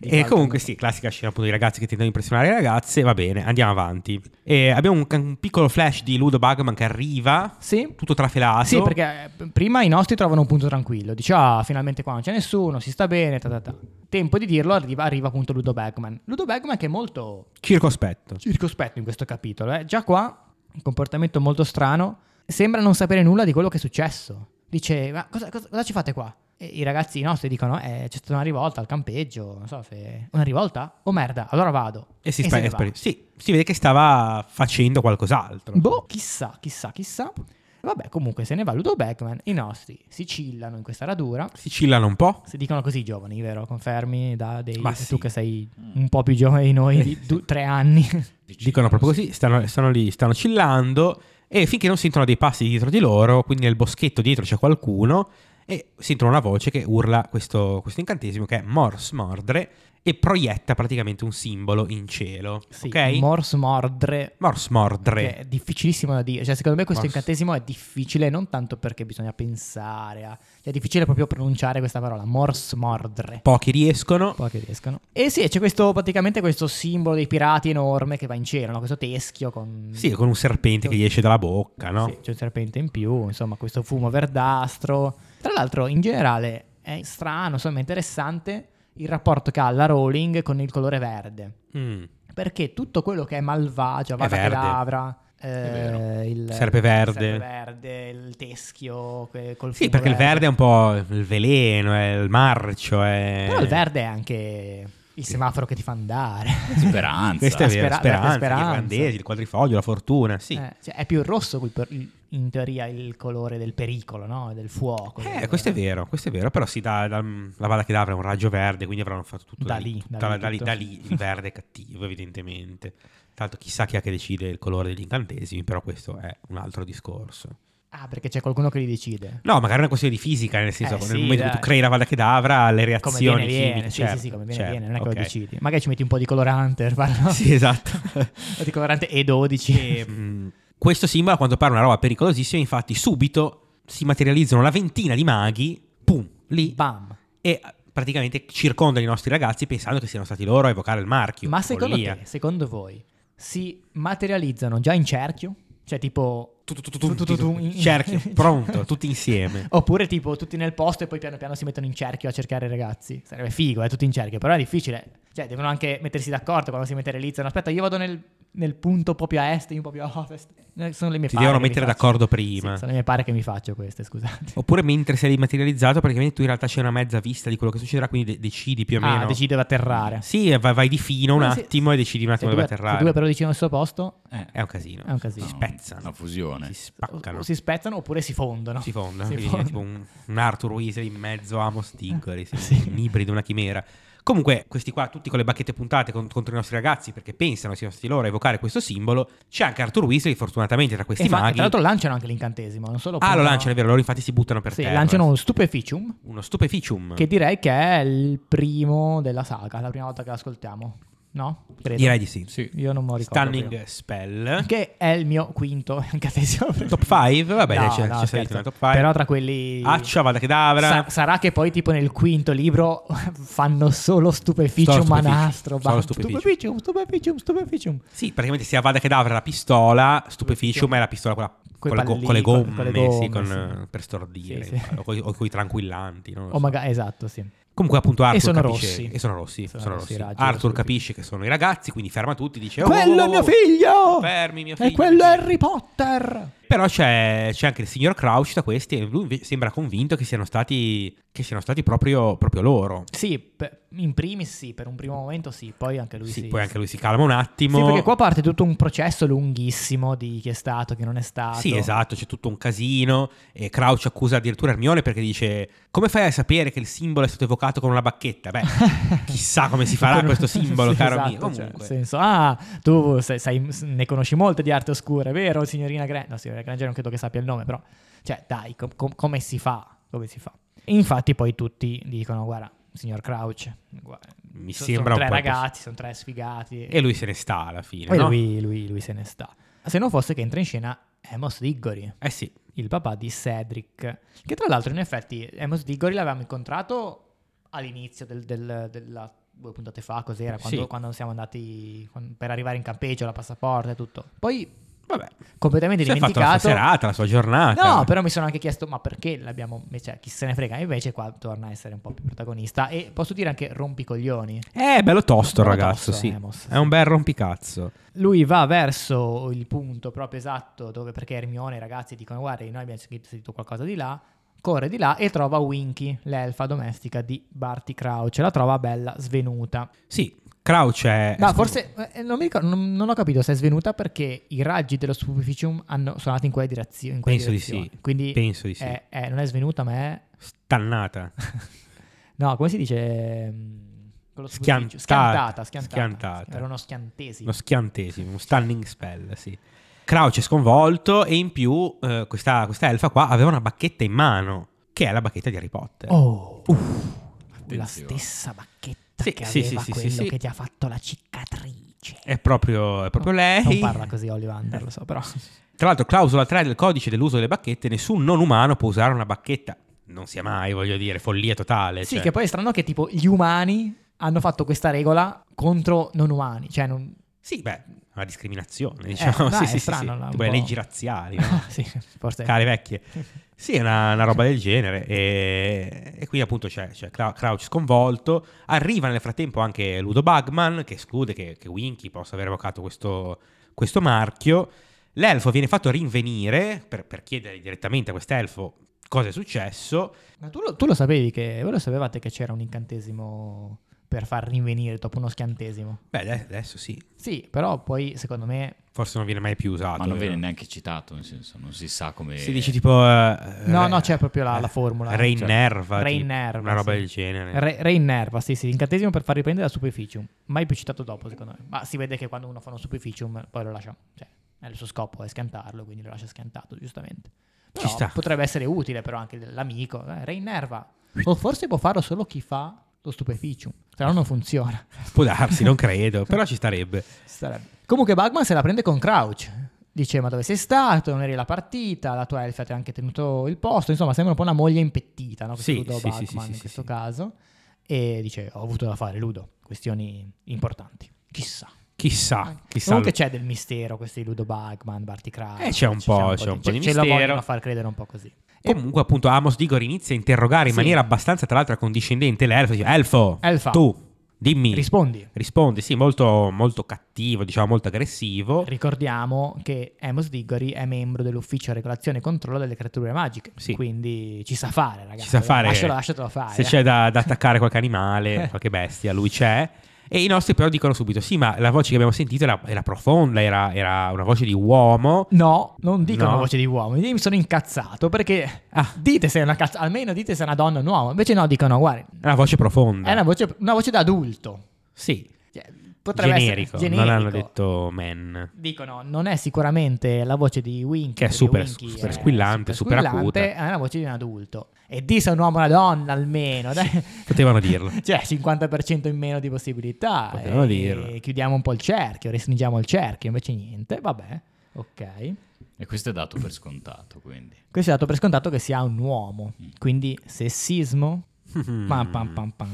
di E Falcon. comunque sì, classica scena appunto di ragazzi che tentano di impressionare le ragazze, va bene, andiamo avanti. E abbiamo un, un piccolo flash di Ludo Bugman che arriva, Sì. tutto trafelato. Sì, perché eh, prima i nostri trovano un punto tranquillo. Dice, ah, finalmente qua non c'è nessuno, si sta bene, ta ta ta. Tempo di dirlo, arriva, arriva appunto Ludo Bagman. Ludo Bagman che è molto Circospetto. circospetto in questo capitolo. eh. Già qua, un comportamento molto strano, sembra non sapere nulla di quello che è successo. Dice, ma cosa, cosa- cosa ci fate qua? E I ragazzi nostri dicono, eh, c'è stata una rivolta al campeggio, non so se... Una rivolta? Oh merda, allora vado. E si, se spe- ne e va. spe- sì, si vede che stava facendo qualcos'altro. Boh, chissà, chissà, chissà. Vabbè, comunque se ne va Ludo Beckman, i nostri si cillano in questa radura. Si cillano un po'. Si dicono così i giovani, vero? Confermi da dei... Ma tu sì. che sei un po' più giovane di noi, di du- tre anni. Dicono proprio così, stanno, stanno lì, stanno chillando e finché non sentono dei passi dietro di loro, quindi nel boschetto dietro c'è qualcuno e sentono una voce che urla questo, questo incantesimo che è Mors Mordre e proietta praticamente un simbolo in cielo. Sì, ok? Morse Mordre. Mors Mordre. Che è difficilissimo da dire. Cioè, secondo me questo Forse. incantesimo è difficile non tanto perché bisogna pensare a... Cioè, è difficile proprio pronunciare questa parola, morse mordre. Pochi riescono. Poi che riescono. E sì, c'è questo praticamente questo simbolo dei pirati enorme che va in cielo, no? questo teschio con... Sì, con un serpente che gli esce dalla bocca, no? Sì, c'è un serpente in più, insomma, questo fumo verdastro. Tra l'altro, in generale, è strano, insomma, interessante il rapporto che ha la Rowling con il colore verde. Mm. Perché tutto quello che è malvagio, avada verde. kedavra, vero. eh, il Serpeverde. il serpeverde, il teschio que- col Sì, fumo perché il verde è un po' il veleno, è il marcio. È... Però il verde è anche il semaforo che ti fa andare. Speranza. Questo è la vero, spera- speranza, verde gli speranza. irlandesi, il quadrifoglio, la fortuna, sì. Eh, cioè, è più il rosso col per- in teoria il colore del pericolo, no? Del fuoco. Eh, del- questo è vero, questo è vero, però sì, da, da- la Vada che dà avrà un raggio verde, quindi avranno fatto tutto da, Da lì, lì, tutta da la- lì da lì, tutto. da lì il verde è cattivo evidentemente. Tanto chissà chi è che decide il colore degli incantesimi, però questo è un altro discorso. Ah, perché c'è qualcuno che li decide. No, magari è una questione di fisica, nel senso Eh, che sì, nel momento dai. che tu crei la Vada che dà avrà le Come viene, reazioni viene. chimiche, Sì, certo, sì, sì, come viene, certo, viene. Non è che lo ok. decidi. Magari ci metti un po' di colorante per farlo. Sì, esatto. Un po' di colorante E12. E, mh, questo simbolo, a quanto pare, è una roba pericolosissima. Infatti, subito si materializzano la ventina di maghi, pum, lì, Bam. e eh, praticamente circondano i nostri ragazzi pensando che siano stati loro a evocare il marchio. Ma secondo Follia. te, secondo voi, si materializzano già in cerchio? Cioè tipo... Tu, tu, tu, tu, tu, Tu, tu, tu, tu, tu, in- cerchio, pronto, tutti insieme. Oppure tipo tutti nel posto e poi piano piano si mettono in cerchio a cercare i ragazzi. Sarebbe figo, eh, tutti in cerchio, però è difficile. Cioè, devono anche mettersi d'accordo quando si materializzano. Aspetta, io vado nel, nel punto proprio a est, io proprio a ovest. Eh, Sono le mie Ti pare devono che mi faccio. mettere d'accordo prima. Sì, sono le mie pare che mi faccio queste, scusate. Oppure mentre sei materializzato, praticamente tu in realtà c'è una mezza vista di quello che succederà, quindi de- decidi più o Ah, meno. decide di atterrare. Sì, vai, vai di fino un Eh, sì. attimo e decidi un Se attimo due, dove se atterrare. due però vicino al suo posto, È un casino. È un casino. Si Eh. Una spezzano, fusione. si spaccano. o si spezzano oppure si fondono. Si fonda, Si quindi è fondono. tipo un, un Arthur Weasley in mezzo a Amos Diggory, sì, Sì. un ibrido, una chimera. Comunque, questi qua, tutti con le bacchette puntate con- contro i nostri ragazzi perché pensano siano stati loro a evocare questo simbolo. C'è anche Arthur Weasley, fortunatamente, tra E questi infatti, maghi. tra l'altro lanciano anche l'incantesimo, non solo ah, lo puntano- lanciano, è vero, Mm. loro infatti si buttano per Sì, terra. lanciano un stupeficium. Uno stupeficium. Che direi che è il primo della saga, la prima volta che l'ascoltiamo. No? Credo. Direi di sì. Sì. Io non me lo ricordo. Stunning prima. Spell. Che è il mio quinto incantesimo. Top 5, vabbè, No, dai, c'è, no, scherzo. c'è salito una top Ah, 5. Però tra quelli... Accia, Vada Kedavra. Sa- sarà che poi tipo nel quinto libro fanno solo stupeficium, Solo stupeficium, manastro. solo basta. stupeficium. stupeficium, stupeficium, stupeficium. Sì, praticamente sia Vada che Davra la pistola, Stupeficium è la pistola quella- Coi con, la go- pallini, con le gomme, con le gomme, sì, con, sì. eh, per stordire, Sì, sì. o coi- o con i tranquillanti. non lo O so. magari, esatto, sì. Comunque appunto Arthur sono capisce- rossi. E sono rossi, Sono sono rossi i rossi. raggi, Arthur Stupeficium. capisce che sono i ragazzi, quindi ferma tutti, dice... Quello "Oh, è mio figlio! Fermi mio E figlio! quello è mio Harry Potter! però c'è, c'è anche il signor Crouch da questi e lui inve- sembra convinto che siano stati, che siano stati proprio, proprio loro. Sì, per- in primis sì, per un primo momento sì, poi anche lui Sì, sì. poi anche lui si calma un attimo. Sì, perché qua parte tutto un processo lunghissimo di chi è stato, chi non è stato. Sì, esatto, c'è tutto un casino e Crouch accusa addirittura Hermione perché dice come fai a sapere che il simbolo è stato evocato con una bacchetta? Beh, chissà come si farà Con- questo simbolo, Sì, caro esatto, mio. cioè, Comunque, nel senso, ah, tu sai- sai- ne conosci molte di arte oscura, vero, signorina Granger? No, signorina Granger non credo che sappia il nome, però, cioè, dai, com- com- come si fa? Come si fa? E infatti poi tutti dicono, guarda, signor Crouch, guarda, Mi so- sembra un sono tre po' ragazzi, sono tre sfigati. E lui se ne sta alla fine, poi no? lui, lui- lui se ne sta. Se non fosse che entra in scena Amos Diggory. Eh sì, il papà di Cedric, che tra l'altro in effetti Amos Diggory l'avevamo incontrato all'inizio del- del- della due puntate fa, cos'era, quando, Sì. quando siamo andati quan- per arrivare in campeggio, la passaporta e tutto. Poi vabbè. completamente Si è fatto la sua dimenticato. serata, la sua giornata. No, però mi sono anche chiesto, ma perché l'abbiamo, cioè chi se ne frega, invece qua torna a essere un po' più protagonista e posso dire anche rompicoglioni. Eh, bello tosto, Bello ragazzo, tosto, eh, sì. Amos, È un bel rompicazzo. Lui va verso il punto proprio esatto dove perché Hermione e i ragazzi dicono guarda noi abbiamo sentito qualcosa di là, corre di là e trova Winky, l'elfa domestica di Barty Crouch, la trova bella svenuta. Sì, Crouch è... Ma forse, eh, non, mi ricordo- non- non ho capito se è svenuta perché i raggi dello stupeficium hanno sono andati in quella direzione. In quella Penso di direzione. sì. Quindi Penso di sì. è- è- non è svenuta ma è... Stannata. No, come si dice... mm, con lo Schiantata. stupeficium? Schiantata, schiantata. Schiantata. Era uno schiantesimo. Uno schiantesimo, uno stunning spell, sì. Crouch è sconvolto e in più eh, questa, questa elfa qua aveva una bacchetta in mano, che è la bacchetta di Harry Potter. Oh, la Attenzione. stessa bacchetta Sì, che sì, aveva sì, sì, quello sì, sì. che ti ha fatto la cicatrice. È proprio, è proprio lei. Eh. Non parla così Ollivander, lo so, però. Tra l'altro, clausola 3 del codice dell'uso delle bacchette, nessun non umano può usare una bacchetta. Non sia mai, voglio dire, follia totale. Sì, cioè. che poi è strano che tipo gli umani hanno fatto questa regola contro non umani, cioè non... Sì, beh, una discriminazione, diciamo. no, sì, Eh, è sì, sì, strano, sì. no, un Tipo le po'. leggi razziali, no? sì, forse... Care Eh. vecchie. Sì, è una, una roba del genere. E, e qui appunto c'è, c'è Cla- Crouch sconvolto. Arriva nel frattempo anche Ludo Bugman, che esclude che, che Winky possa aver evocato questo, questo marchio. L'elfo viene fatto rinvenire per, per chiedere direttamente a quest'elfo cosa è successo. Ma tu lo, tu lo sapevi che... Voi lo sapevate che c'era un incantesimo per far rinvenire dopo uno schiantesimo? Beh, ade- adesso sì, Sì, però poi secondo me... forse non viene mai più usato. Ma non viene vero? neanche citato, nel senso, non si sa come... Si dice tipo... eh, No, eh, no, c'è proprio la- la formula. Reinerva. Reinerva, tipo, Una roba sì. del genere. Re, reinerva, sì, sì, incantesimo per far riprendere la superficium. Mai più citato dopo, secondo me. Ma si vede che quando uno fa uno superficium, poi lo lascia. Cioè, è il suo scopo è schiantarlo, quindi lo lascia schiantato, giustamente. Però Ci sta. potrebbe essere utile, però, anche l'amico. Eh, reinerva. O forse può farlo solo chi fa lo stupeficium. Se no non funziona. Può darsi, non credo, però ci starebbe. Sarebbe. Comunque Bagman se la prende con Crouch. Dice ma dove sei stato? Non eri la partita, la tua elfa ti ha anche tenuto il posto. Insomma sembra un po' una moglie impettita, no? Questo Sì, Ludo sì, sì, Bagman sì, sì, in sì, questo sì. caso. E dice ho avuto da fare Ludo, questioni importanti. Chissà. Chissà, Ah, chissà. Comunque c'è del mistero questi Ludo Bagman, Barty Crouch. Eh, c'è un po', c'è un po' di ce- Ce lo mistero. vogliono far credere un po' così. Comunque, appunto, Amos Digor inizia a interrogare in Sì. maniera abbastanza, tra l'altro, condiscendente l'elfo. Dice, elfo, Elfa. tu, dimmi. Rispondi. Rispondi, sì, molto, molto cattivo, diciamo molto aggressivo. Ricordiamo che Amos Diggory è membro dell'ufficio regolazione e controllo delle creature magiche. Sì. Quindi ci sa fare, ragazzi. Ci sa fare. Lascialo, lasciatelo fare. Se eh. c'è da, da attaccare qualche animale, qualche bestia, lui c'è. E i nostri però dicono subito: sì, ma la voce che abbiamo sentito era, era profonda, era, era una voce di uomo. No, non dico No. una voce di uomo. Io mi sono incazzato perché Ah. dite se è una cazzata, almeno dite se è una donna o un uomo. Invece no, dicono, guarda, Una voce profonda. è una voce, una voce da adulto. Sì, Cioè, potrebbe generico, essere Non generico. hanno detto man. Dicono, non è sicuramente la voce di Winky. Che è perché super- Winky super è squillante, super squillante, È una voce di un adulto. E di se è un uomo o una donna almeno. dai. Potevano dirlo. Cioè, 50% in meno di possibilità. Potevano E dirlo. Chiudiamo un po' il cerchio, restringiamo il cerchio, invece niente. Vabbè, ok. E questo è dato per scontato, quindi. Questo è dato per scontato che sia un uomo, quindi sessismo. Mm. Pam, pam, pam, pam.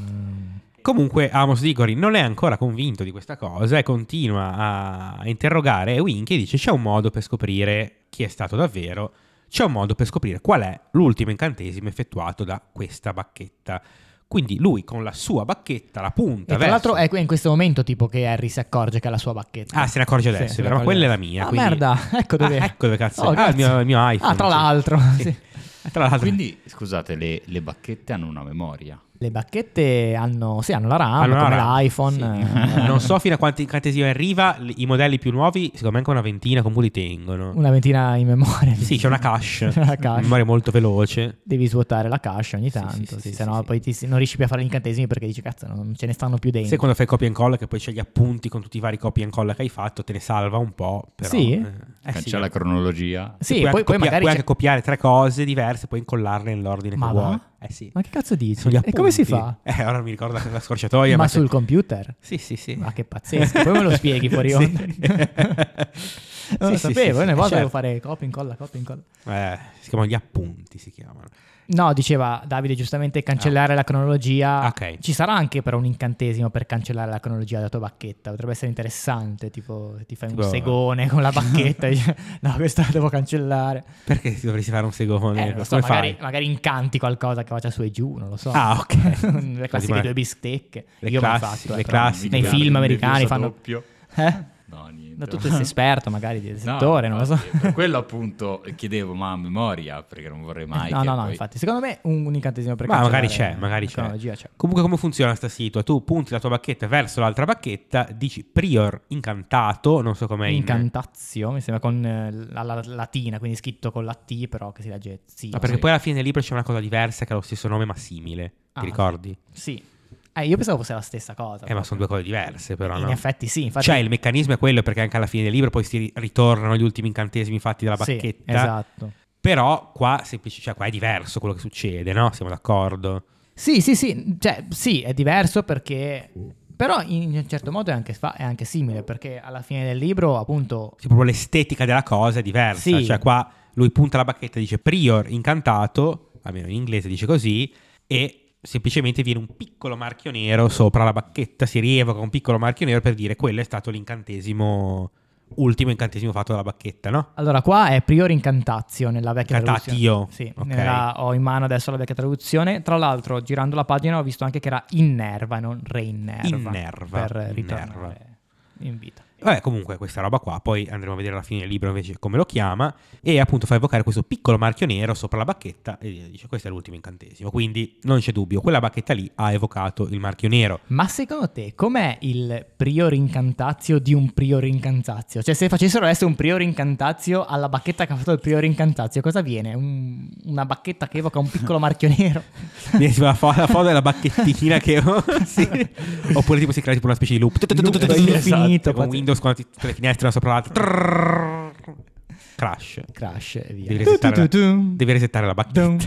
Comunque Amos Digori non è ancora convinto di questa cosa e continua a interrogare Winky e dice c'è un modo per scoprire chi è stato davvero, c'è un modo per scoprire qual è l'ultimo incantesimo effettuato da questa bacchetta. Quindi lui con la sua bacchetta, la punta E tra verso- l'altro è qui- in questo momento tipo che Harry si accorge che ha la sua bacchetta. Ah, se ne accorge adesso, Sì, se ne vero? Ma accorge quella è la adesso. mia. Ah, quindi- merda, ecco dove... Ah, ecco dove cazzo Oh, è. Ah, il grazie. mio, il mio iPhone. Ah, tra sì. l'altro. Sì. sì. Tra l'altro. Quindi, scusate, le, le bacchette hanno una memoria. Le bacchette hanno, sì, hanno la RAM, Hanno la come RAM, l'iPhone. Sì. eh, non so fino a quanti incantesimi arriva, l- i modelli più nuovi, secondo me anche una ventina comunque li tengono. Una ventina in memoria. Sì, c'è una cache, Una cache. memoria molto veloce. Devi svuotare la cache ogni Sì, tanto, sì, sì, sì, sì, sennò sì, poi ti- non riesci più a fare gli incantesimi perché dici cazzo, non ce ne stanno più dentro. Se quando fai copia e incolla che poi c'è gli appunti con tutti i vari copia e incolla che hai fatto, te ne salva un po', però Sì? eh, eh sì, Cancella la cronologia. Sì, poi, puoi, anche poi copia- magari puoi c'è- anche copiare tre cose diverse, poi incollarle nell'ordine Ma che va? vuoi. Eh sì. Ma che cazzo dici? Sono gli E come si appunti. fa? Eh, ora non mi ricordo la, la scorciatoia, ma se- sul computer? Sì, sì, sì. Ma che pazzesco, poi me lo spieghi fuori Sì. Eh, onda. non lo Sì, sì, sapevo, sì, ogni sì, volta devo certo. fare copia, incolla, copia, incolla. Eh, si chiamano gli appunti, si chiamano. No, diceva Davide giustamente cancellare la cronologia. Ah. Ok. Ci sarà anche però un incantesimo per cancellare la cronologia della tua bacchetta. Potrebbe essere interessante, tipo ti fai Tipo- un segone con la bacchetta. e dici, no, questa la devo cancellare. Perché ti dovresti fare un segone? Eh, non lo so, Come fai? magari, magari incanti qualcosa che faccia su e giù, non lo so. Ah, ok. le classiche Tipo- due bistecche. le Io ho mai classi- fatto. eh, le però classi- Nei film americani Nerviosa fanno... doppio. Eh? No, niente. Da tu sei esperto magari del settore, non lo so. infatti, Per quello appunto chiedevo, ma a memoria, perché non vorrei mai no, che no, no, poi- infatti, secondo me un, un incantesimo per Ma magari cancellare c'è, magari la c'è. cronologia c'è. Comunque, come funziona sta situa? Tu punti la tua bacchetta verso l'altra bacchetta, dici prior incantato, non so com'è in- Incantazio, mi sembra con eh, la, la- latina, quindi scritto con la T, però che si legge sì. Ma perché Sì. poi alla fine del libro c'è una cosa diversa che ha lo stesso nome ma simile. Ah, Ti ricordi? Sì. Eh, io pensavo fosse la stessa cosa. Eh, ma sono due cose diverse, però. In no? effetti sì, infatti Cioè, il meccanismo è quello perché anche alla fine del libro poi si ri- ritornano gli ultimi incantesimi fatti dalla Sì, bacchetta. esatto. Però qua, semplici- cioè, qua è diverso quello che succede, no? Siamo d'accordo. Sì, sì, sì, cioè, sì, è diverso perché... Mm. Però in un certo modo è anche, fa- è anche simile, perché alla fine del libro, appunto... Sì, proprio l'estetica della cosa è diversa. Sì. Cioè, qua lui punta la bacchetta e dice prior incantato, almeno in inglese dice così, e semplicemente viene un piccolo marchio nero sopra la bacchetta, si rievoca un piccolo marchio nero per dire quello è stato l'incantesimo, ultimo incantesimo fatto dalla bacchetta, no? Allora, qua è priori incantazio nella vecchia traduzione. Incantatio, Sì, ok. nella- ho in mano adesso la vecchia traduzione. Tra l'altro, girando la pagina ho visto anche che era innerva, non reinnerva. Innerva, Per innerva. ritornare in vita. Vabbè, comunque questa roba qua, poi andremo a vedere alla fine del libro invece come lo chiama, e appunto fa evocare questo piccolo marchio nero sopra la bacchetta e dice questo è l'ultimo incantesimo, quindi non c'è dubbio, quella bacchetta lì ha evocato il marchio nero. Ma secondo te com'è il prior incantazio di un prior incantazio? Cioè se facessero adesso un prior incantazio alla bacchetta che ha fatto il prior incantazio, cosa viene? Un- una bacchetta che evoca un piccolo marchio nero? Viene tipo la, fo- la foto della bacchettina che sì. oppure tipo si crea tipo una specie di loop esatto. Infinito, con pazz- Windows quando ti- tutte le finestre una sopra l'altra Trrrr. crash Crash e via. devi resettare, la, Tu-tu-tu-tu. devi resettare la bacchetta Dum.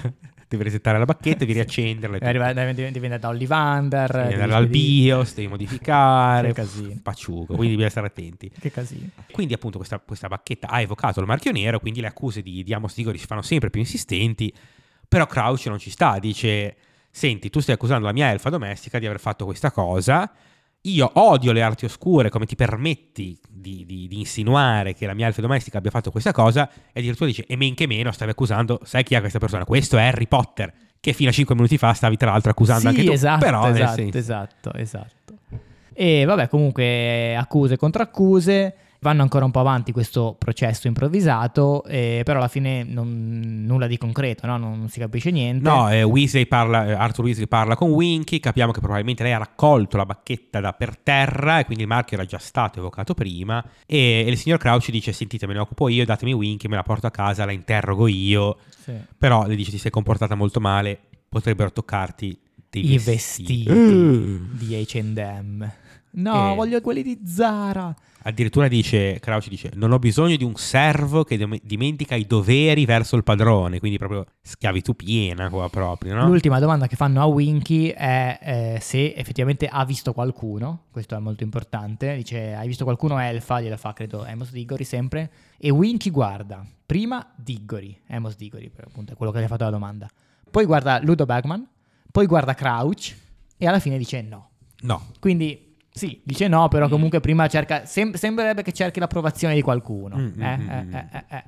devi resettare la bacchetta devi riaccenderla e Devi arrivare- devi- devi- devi andare da Ollivander. devi devi andare al spedire- BIOS devi modificare Che casino. pacciuco quindi bisogna stare attenti Che casino. quindi appunto questa, questa bacchetta ha evocato il marchio nero, quindi le accuse di, di Amos Diggory si fanno sempre più insistenti, però Crouch non ci sta, dice senti tu stai accusando la mia elfa domestica di aver fatto questa cosa, io odio le arti oscure, come ti permetti di, di- di insinuare che la mia elfa domestica abbia fatto questa cosa, e addirittura dice e men che meno stavi accusando, sai chi è questa persona? Questo è Harry Potter, che fino a 5 minuti fa stavi tra l'altro accusando sì, anche tu, esatto, però eh, nel esatto, senso- esatto, esatto. E vabbè, comunque accuse contro accuse, vanno ancora un po' avanti questo processo improvvisato, eh, però alla fine non- nulla di concreto, no? non, non si capisce niente. No, eh, Weasley parla- eh, Arthur Weasley parla con Winky, capiamo che probabilmente lei ha raccolto la bacchetta da per terra e quindi il marchio era già stato evocato prima e, e il signor Crouch dice sentite me ne occupo io, datemi Winky, me la porto a casa, la interrogo io, Sì. però le dice ti sei comportata molto male, potrebbero toccarti dei I vestiti. Mm. vestiti di H&M. No, Eh. voglio quelli di Zara. Addirittura dice, Crouch dice, non ho bisogno di un servo che dom- dimentica i doveri verso il padrone, quindi proprio schiavitù piena qua proprio, no? L'ultima domanda che fanno a Winky è eh, se effettivamente ha visto qualcuno, questo è molto importante, dice hai visto qualcuno elfa, gliela fa credo Amos Diggory sempre, e Winky guarda prima Diggory, Amos Diggory per appunto è quello che gli ha fatto la domanda, poi guarda Ludo Bagman, poi guarda Crouch e alla fine dice no. No, Quindi sì, dice no, però comunque prima cerca. sem- sembrerebbe che cerchi l'approvazione di qualcuno. Mm, eh, mm, eh, mm. eh, eh,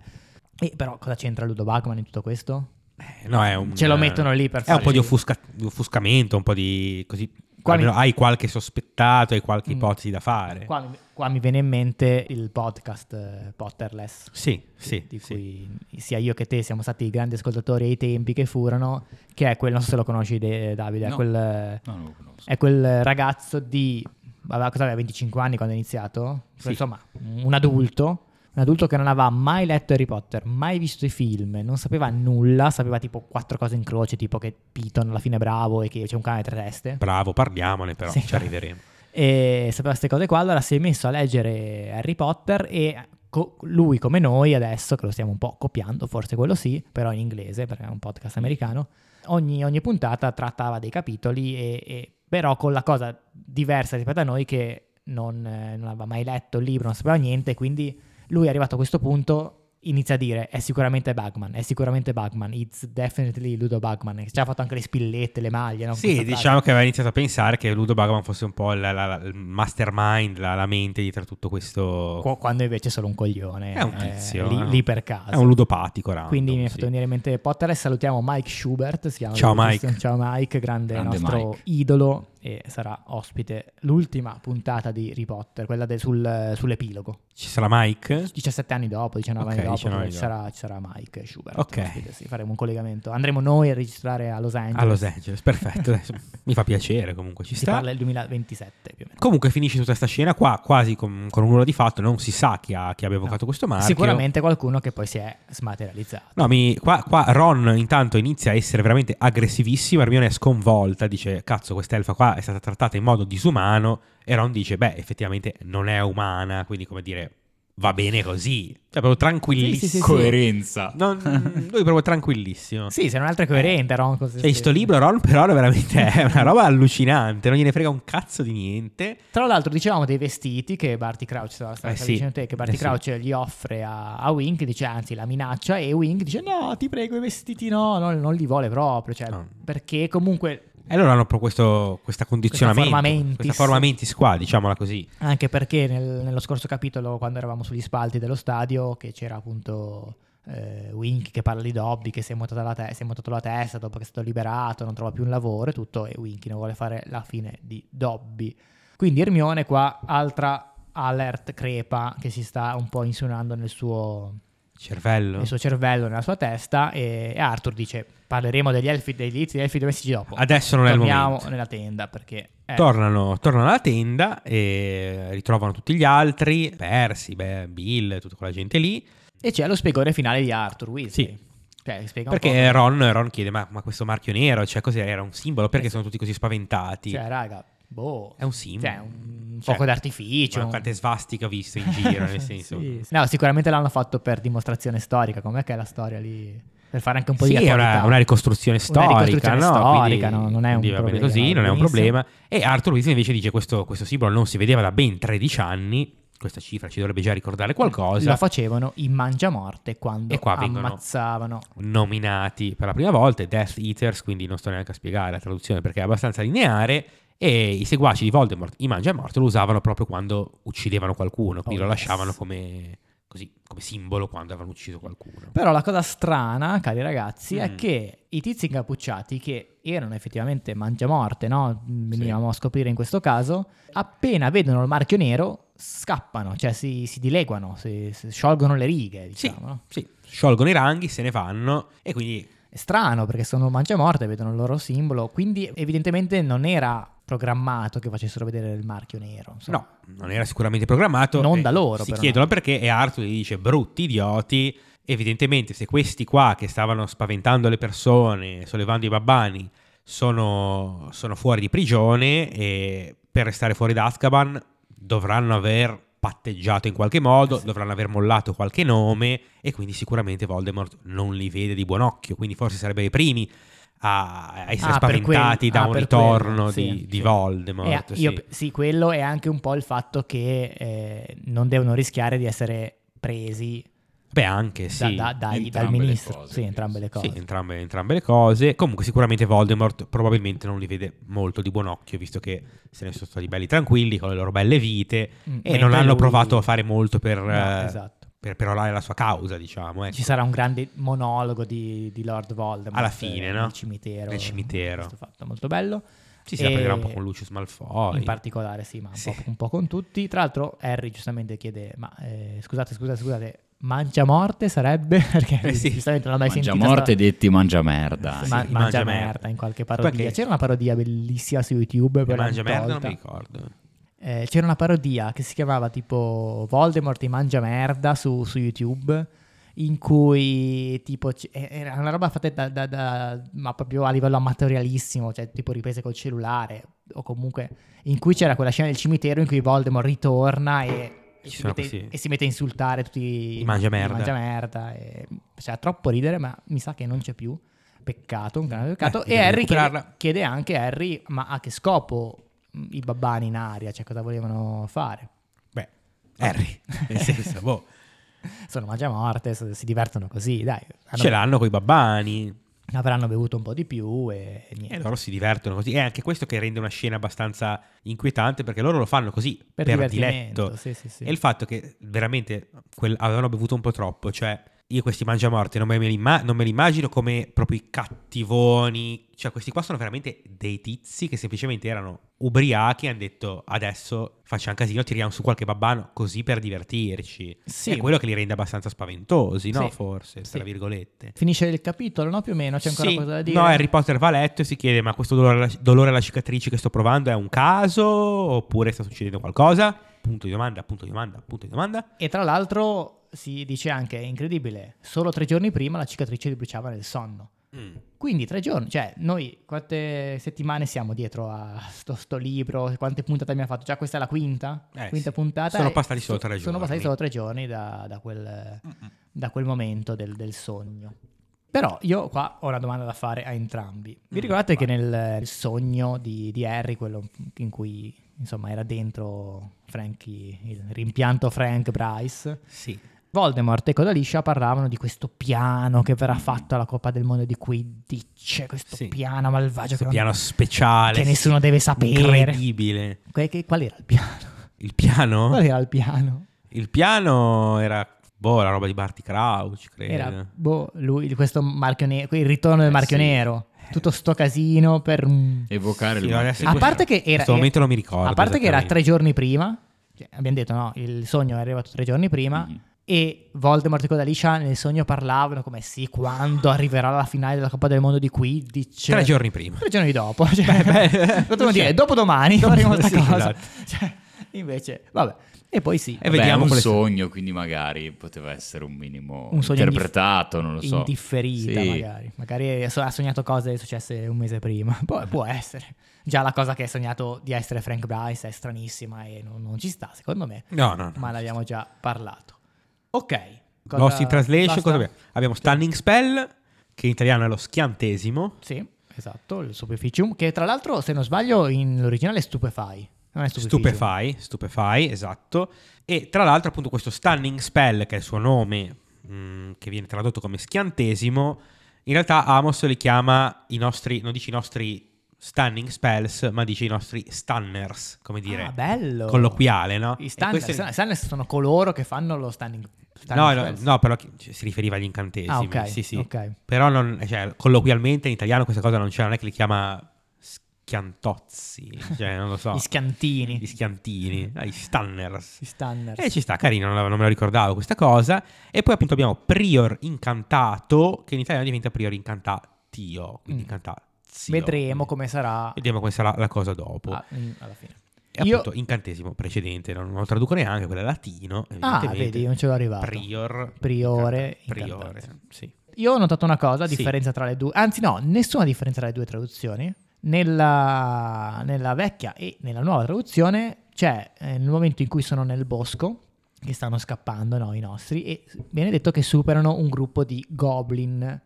eh. E però cosa c'entra Ludo Bagman in tutto questo? Eh, No, è un, Ce lo mettono lì per È un fare- po' di, offusca- di offuscamento, un po' di così. Qua mi- almeno hai qualche sospettato, hai qualche Mm. ipotesi da fare. Qua, mi- qua mi viene in mente il podcast eh, Potterless. Sì, sì, di sì. cui sia io che te siamo stati grandi ascoltatori ai tempi che furono, che è quel, non so se lo conosci De- Davide, è No. quel, eh, No, non lo conosco. è quel ragazzo di aveva, cosa aveva, 25 anni quando ha iniziato Sì. insomma un adulto un adulto che non aveva mai letto Harry Potter mai visto i film non sapeva nulla sapeva tipo quattro cose in croce tipo che Piton alla fine è bravo e che c'è un cane a tre teste Bravo, parliamone però, Sì. ci arriveremo. e sapeva queste cose qua, allora si è messo a leggere Harry Potter e co- lui come noi adesso, che lo stiamo un po' copiando, forse quello sì, però in inglese perché è un podcast americano, ogni, ogni puntata trattava dei capitoli e, e- però con la cosa diversa rispetto a noi che non, eh, non aveva mai letto il libro, non sapeva niente, quindi lui è arrivato a questo punto inizia a dire è sicuramente Bagman, è sicuramente Bagman, it's definitely Ludo Bagman, ci ha fatto anche le spillette, le maglie, no? Sì, Questa frase. diciamo che aveva iniziato a pensare che Ludo Bagman fosse un po' la- la- la- il mastermind, la, la mente dietro a tutto questo. Qu- quando invece è solo un coglione. È un eh, tizio, lì, eh. lì per caso. È un ludopatico, random, Quindi mi ha sì. fatto venire in mente Potter e salutiamo Mike Schubert. si chiama Ciao, lui, Mike. giusto? Ciao Mike, grande, Grande nostro Mike. idolo e sarà ospite l'ultima puntata di Harry Potter, quella del- sul- sull'epilogo. Ci sarà Mike? 17 anni dopo, 19 Ok, anni dopo, 19 ci, anni dopo. sarà, ci sarà Mike Schubert. Ok. ospite, sì, faremo un collegamento. Andremo noi a registrare a Los Angeles. A Los Angeles, perfetto. adesso Mi fa piacere comunque, ci Si sta. parla del 2027 più o meno. Comunque finisce tutta questa scena qua, quasi con, con un nulla di fatto, non si sa chi, ha- chi abbia evocato questo marchio. Sicuramente qualcuno che poi si è smaterializzato. No, mi- qua, qua Ron intanto inizia a essere veramente aggressivissimo, Hermione è sconvolta, dice cazzo quest'elfa qua è stata trattata in modo disumano e Ron dice beh effettivamente non è umana, quindi come dire va bene così, cioè proprio tranquillissimo. Sì, sì. Coerenza. Non- lui è proprio tranquillissimo. Sì, se non altro è coerente, Ron. con se Cioè, in sto stesso. libro Ron però veramente è una roba allucinante, non gliene frega un cazzo di niente. Tra l'altro dicevamo dei vestiti che Barty Crouch stava, stava Eh sì, dicendo te, che Barty eh sì. Crouch gli offre a, a Wink, dice anzi la minaccia e Wink dice no ti prego i vestiti no, no, non li vuole proprio, cioè, No. perché comunque E loro hanno proprio questo questa condizionamento, forma mentis. questa forma mentis qua, diciamola così. anche perché nel- nello scorso capitolo quando eravamo sugli spalti dello stadio che c'era appunto eh, Wink che parla di Dobby che si è, montato la te- si è montato la testa dopo che è stato liberato, non trova più un lavoro e tutto e Wink non vuole fare la fine di Dobby. Quindi Hermione qua, altra alert crepa che si sta un po' insinuando nel suo, Cervello. nel suo cervello, nella sua testa. E, e Arthur dice: Parleremo degli elfi, degli inizi degli elfi domestici dopo. Adesso non è il Torniamo momento. nella tenda perché. eh, Tornano, tornano alla tenda e ritrovano tutti gli altri, Percy, beh, Bill, tutta quella gente lì. E c'è lo spiegone finale di Arthur Weasley. Sì. Cioè, spiega un Perché Ron, Ron chiede, ma, ma questo marchio nero, cioè cos'era? Era un simbolo? Perché sono tutti così po'. spaventati? Eh Cioè, raga, boh. È un simbolo. Cioè, un Cioè, fuoco d'artificio. ma un- quante svastiche ho visto in giro, nel senso. Sì, sì. No, sicuramente l'hanno fatto per dimostrazione storica. Com'è che è la storia lì? Per fare anche un po' Sì, di è una, attualità. una ricostruzione storica, ricostruzione no? storica, Quindi- no, non è un quindi va bene problema, così, non è un benissimo. problema. E Arthur Weasley invece dice questo, questo simbolo non si vedeva da ben 13 anni, questa cifra ci dovrebbe già ricordare qualcosa. Lo facevano in mangiamorte quando E qua vengono- ammazzavano. nominati per la prima volta, i Death Eaters, quindi non sto neanche a spiegare la traduzione perché è abbastanza lineare, e i seguaci di Voldemort, i Mangiamorte, lo usavano proprio quando uccidevano qualcuno, quindi Oh, lo yes. lasciavano come, così, come simbolo quando avevano ucciso qualcuno. Però la cosa strana, cari ragazzi, è Mm. che i tizi incappucciati, che erano effettivamente mangiamorte, no? venivamo a scoprire in questo caso, appena vedono il marchio nero scappano, cioè si, si dileguano, si, si sciolgono le righe, Sì, diciamo. no? sì, sciolgono i ranghi, se ne vanno e quindi È strano perché sono mangiamorte, vedono il loro simbolo, quindi evidentemente non era programmato che facessero vedere il marchio nero. insomma. No, non era sicuramente programmato. Non eh, da loro, Si però, chiedono perché e Arthur gli dice brutti idioti. Evidentemente se questi qua che stavano spaventando le persone, sollevando i babbani, sono, sono fuori di prigione e per restare fuori da Azkaban dovranno aver patteggiato in qualche modo, Eh dovranno aver mollato qualche nome e quindi sicuramente Voldemort non li vede di buon occhio, quindi forse sarebbero i primi a a essere Ah, per spaventati quello. da Ah, un per quello. ritorno Sì, di, di sì. Voldemort. Eh, io- sì. sì. quello è anche un po' il fatto che eh, non devono rischiare di essere presi Beh, anche da- sì. da- dai, dal entrambe le ministro. cose, sì, entrambe le Sì, cose. entrambe, entrambe le cose. Comunque, sicuramente Voldemort probabilmente non li vede molto di buon occhio, visto che se ne sono stati belli tranquilli con le loro belle vite Mm, e mentre non hanno lui- provato a fare molto per, No, eh, esatto. per perorare la sua causa, diciamo. ecco. Ci sarà un grande monologo di, di Lord Voldemort Alla fine, eh, no? nel cimitero. Nel cimitero. Questo fatto molto bello. Ci si E- aprirà un po' con Lucius Malfoy. In particolare, sì, ma un, Sì. po', un po' con tutti. Tra l'altro, Harry giustamente chiede: Ma eh, scusate, scusate, scusate, mangia morte sarebbe? Perché Eh sì. giustamente non ho mai Mangia sentito. morte sta- detti mangia merda. Ma- sì, mangia, mangia merda, merda. in qualche Poi parodia. che- C'era una parodia bellissima su YouTube. E però mangia l'hanno merda, non tolta. mi ricordo. Eh, c'era una parodia che si chiamava tipo Voldemort e mangia merda su, su YouTube. In cui tipo c- eh, era una roba fatta da, da- da- ma proprio a livello amatorialissimo, cioè tipo riprese col cellulare, o comunque in cui c'era quella scena del cimitero in cui Voldemort ritorna e, e Ci si, sono mette, questi- e si mette a insultare tutti I mangiamerda. mangiamerda, e- Faceva troppo ridere, ma mi sa che non c'è più. Peccato, un grande peccato. e devi Harry chiede, Eh, recuperarla. chiede anche a Harry, ma a che scopo mh, i babbani in aria, cioè cosa volevano fare? Beh, Ah. Harry, nel senso, boh, Sono mangiamorte, so- si divertono così, dai. Hanno- ce l'hanno con i babbani. avranno bevuto un po' di più e niente. E loro si divertono così. È anche questo che rende una scena abbastanza inquietante perché loro lo fanno così per, divertimento, diletto. sì, sì, sì. E il fatto che veramente quel- avevano bevuto un po' troppo, cioè io questi mangiamorti non me, li imma- non me li immagino come proprio i cattivoni, cioè questi qua sono veramente dei tizi che semplicemente erano ubriachi e hanno detto adesso facciamo casino, tiriamo su qualche babbano così per divertirci. Sì. È quello che li rende abbastanza spaventosi, no? Sì. Forse, Sì. tra virgolette. Finisce il capitolo, no? Più o meno, c'è ancora Sì, cosa da dire? No, Harry Potter va a letto e si chiede: ma questo dolore, dolore alla cicatrice che sto provando è un caso? Oppure sta succedendo qualcosa? Punto di domanda, punto di domanda, punto di domanda. E tra l'altro si dice anche, è incredibile, solo tre giorni prima la cicatrice li bruciava nel sonno. Mm. Quindi tre giorni, cioè noi quante settimane siamo dietro a sto, sto libro, quante puntate abbiamo fatto? Già questa è la quinta? Eh, quinta sì. puntata. Sono e passati solo so- tre Sono giorni. passati solo tre giorni da, da quel, da quel momento del, del sogno. Però io qua ho una domanda da fare a entrambi. Vi Mm, ricordate che nel sogno di, di Harry, quello in cui insomma era dentro Frankie, il rimpianto Frank Bryce, Sì. Voldemort e Codaliscia parlavano di questo piano che verrà fatto alla Coppa del Mondo di Quidditch, questo Sì. piano malvagio Questo che, piano speciale. che nessuno deve sapere. Incredibile. Que- che- qual era il piano? Il piano? Qual era il piano? Il piano era. Boh, la roba di Barty Crouch, credo. Era boh, lui, questo marchio nero, il ritorno del marchio Eh, sì. Eh, nero, tutto sto casino per... un- Evocare Sì, il no, marchio adesso A questo- parte che era... questo momento non mi ricordo A parte che era esattamente. tre giorni prima, cioè, abbiamo detto, no, il sogno è arrivato tre giorni prima Mm-hmm. Mhm. e Voldemort e Codalicia nel sogno parlavano come sì, quando arriverà la finale della Coppa del Mondo di Quidditch. Tre giorni prima. Tre giorni dopo. Cioè, beh, potremmo cioè, dire, dopo domani dopo- faremo questa sì, cosa. esatto. Eh, Cioè, invece, vabbè. E poi sì. E Beh, vediamo è un quale- sogno, quindi magari poteva essere un minimo Un sogno interpretato, non lo so. indifferita Sì. magari. Magari so- ha sognato cose successe un mese prima. Poi può essere. Già la cosa che ha sognato di essere Frank Bryce è stranissima e non, non ci sta, secondo me. No, no, no. Ma ne abbiamo già parlato. Ok. cosa- Lost in Translation, basta? cosa abbiamo? Abbiamo Stunning Spell, che in italiano è lo schiantesimo. Sì, esatto, il stupeficium, che tra l'altro, se non sbaglio, in originale è stupefy. Non è stupeficium. Stupefy, Stupefy, esatto. E tra l'altro appunto questo Stunning Spell, che è il suo nome, mh, che viene tradotto come schiantesimo, in realtà Amos li chiama i nostri, non dice i nostri Stunning Spells, ma dice i nostri Stunners, come dire, Ah, bello. colloquiale, no? I E standard, questo- sono coloro che fanno lo standing. No, standing no, spells. no, però chi- cioè, si riferiva agli incantesimi. Ah, ok. sì, sì. ok. Però non- cioè, colloquialmente in italiano questa cosa non c'è, non è che li chiama schiantozzi, cioè non lo so. Gli schiantini. gli Eh schiantini, ah, gli stunners. Gli standard. E ci sta, carino, non, non me lo ricordavo questa cosa. E poi appunto abbiamo Prior Incantato, che in italiano diventa Prior Incantatio, quindi Mm. Incantazio. Vedremo come sarà Vediamo come sarà la cosa dopo. ah, in- alla fine. e io- appunto incantesimo precedente, non lo traduco neanche, quello è latino. Ah, evidentemente. vedi, non ce l'ho arrivato. Prior. Priore, incanta- Priore, incantazio. sì. Io ho notato una cosa, Sì. differenza tra le due, anzi no, nessuna differenza tra le due traduzioni. Nella, nella vecchia e nella nuova traduzione c'è eh, nel momento in cui sono nel bosco, che stanno scappando no, i nostri, e viene detto che superano un gruppo di goblin,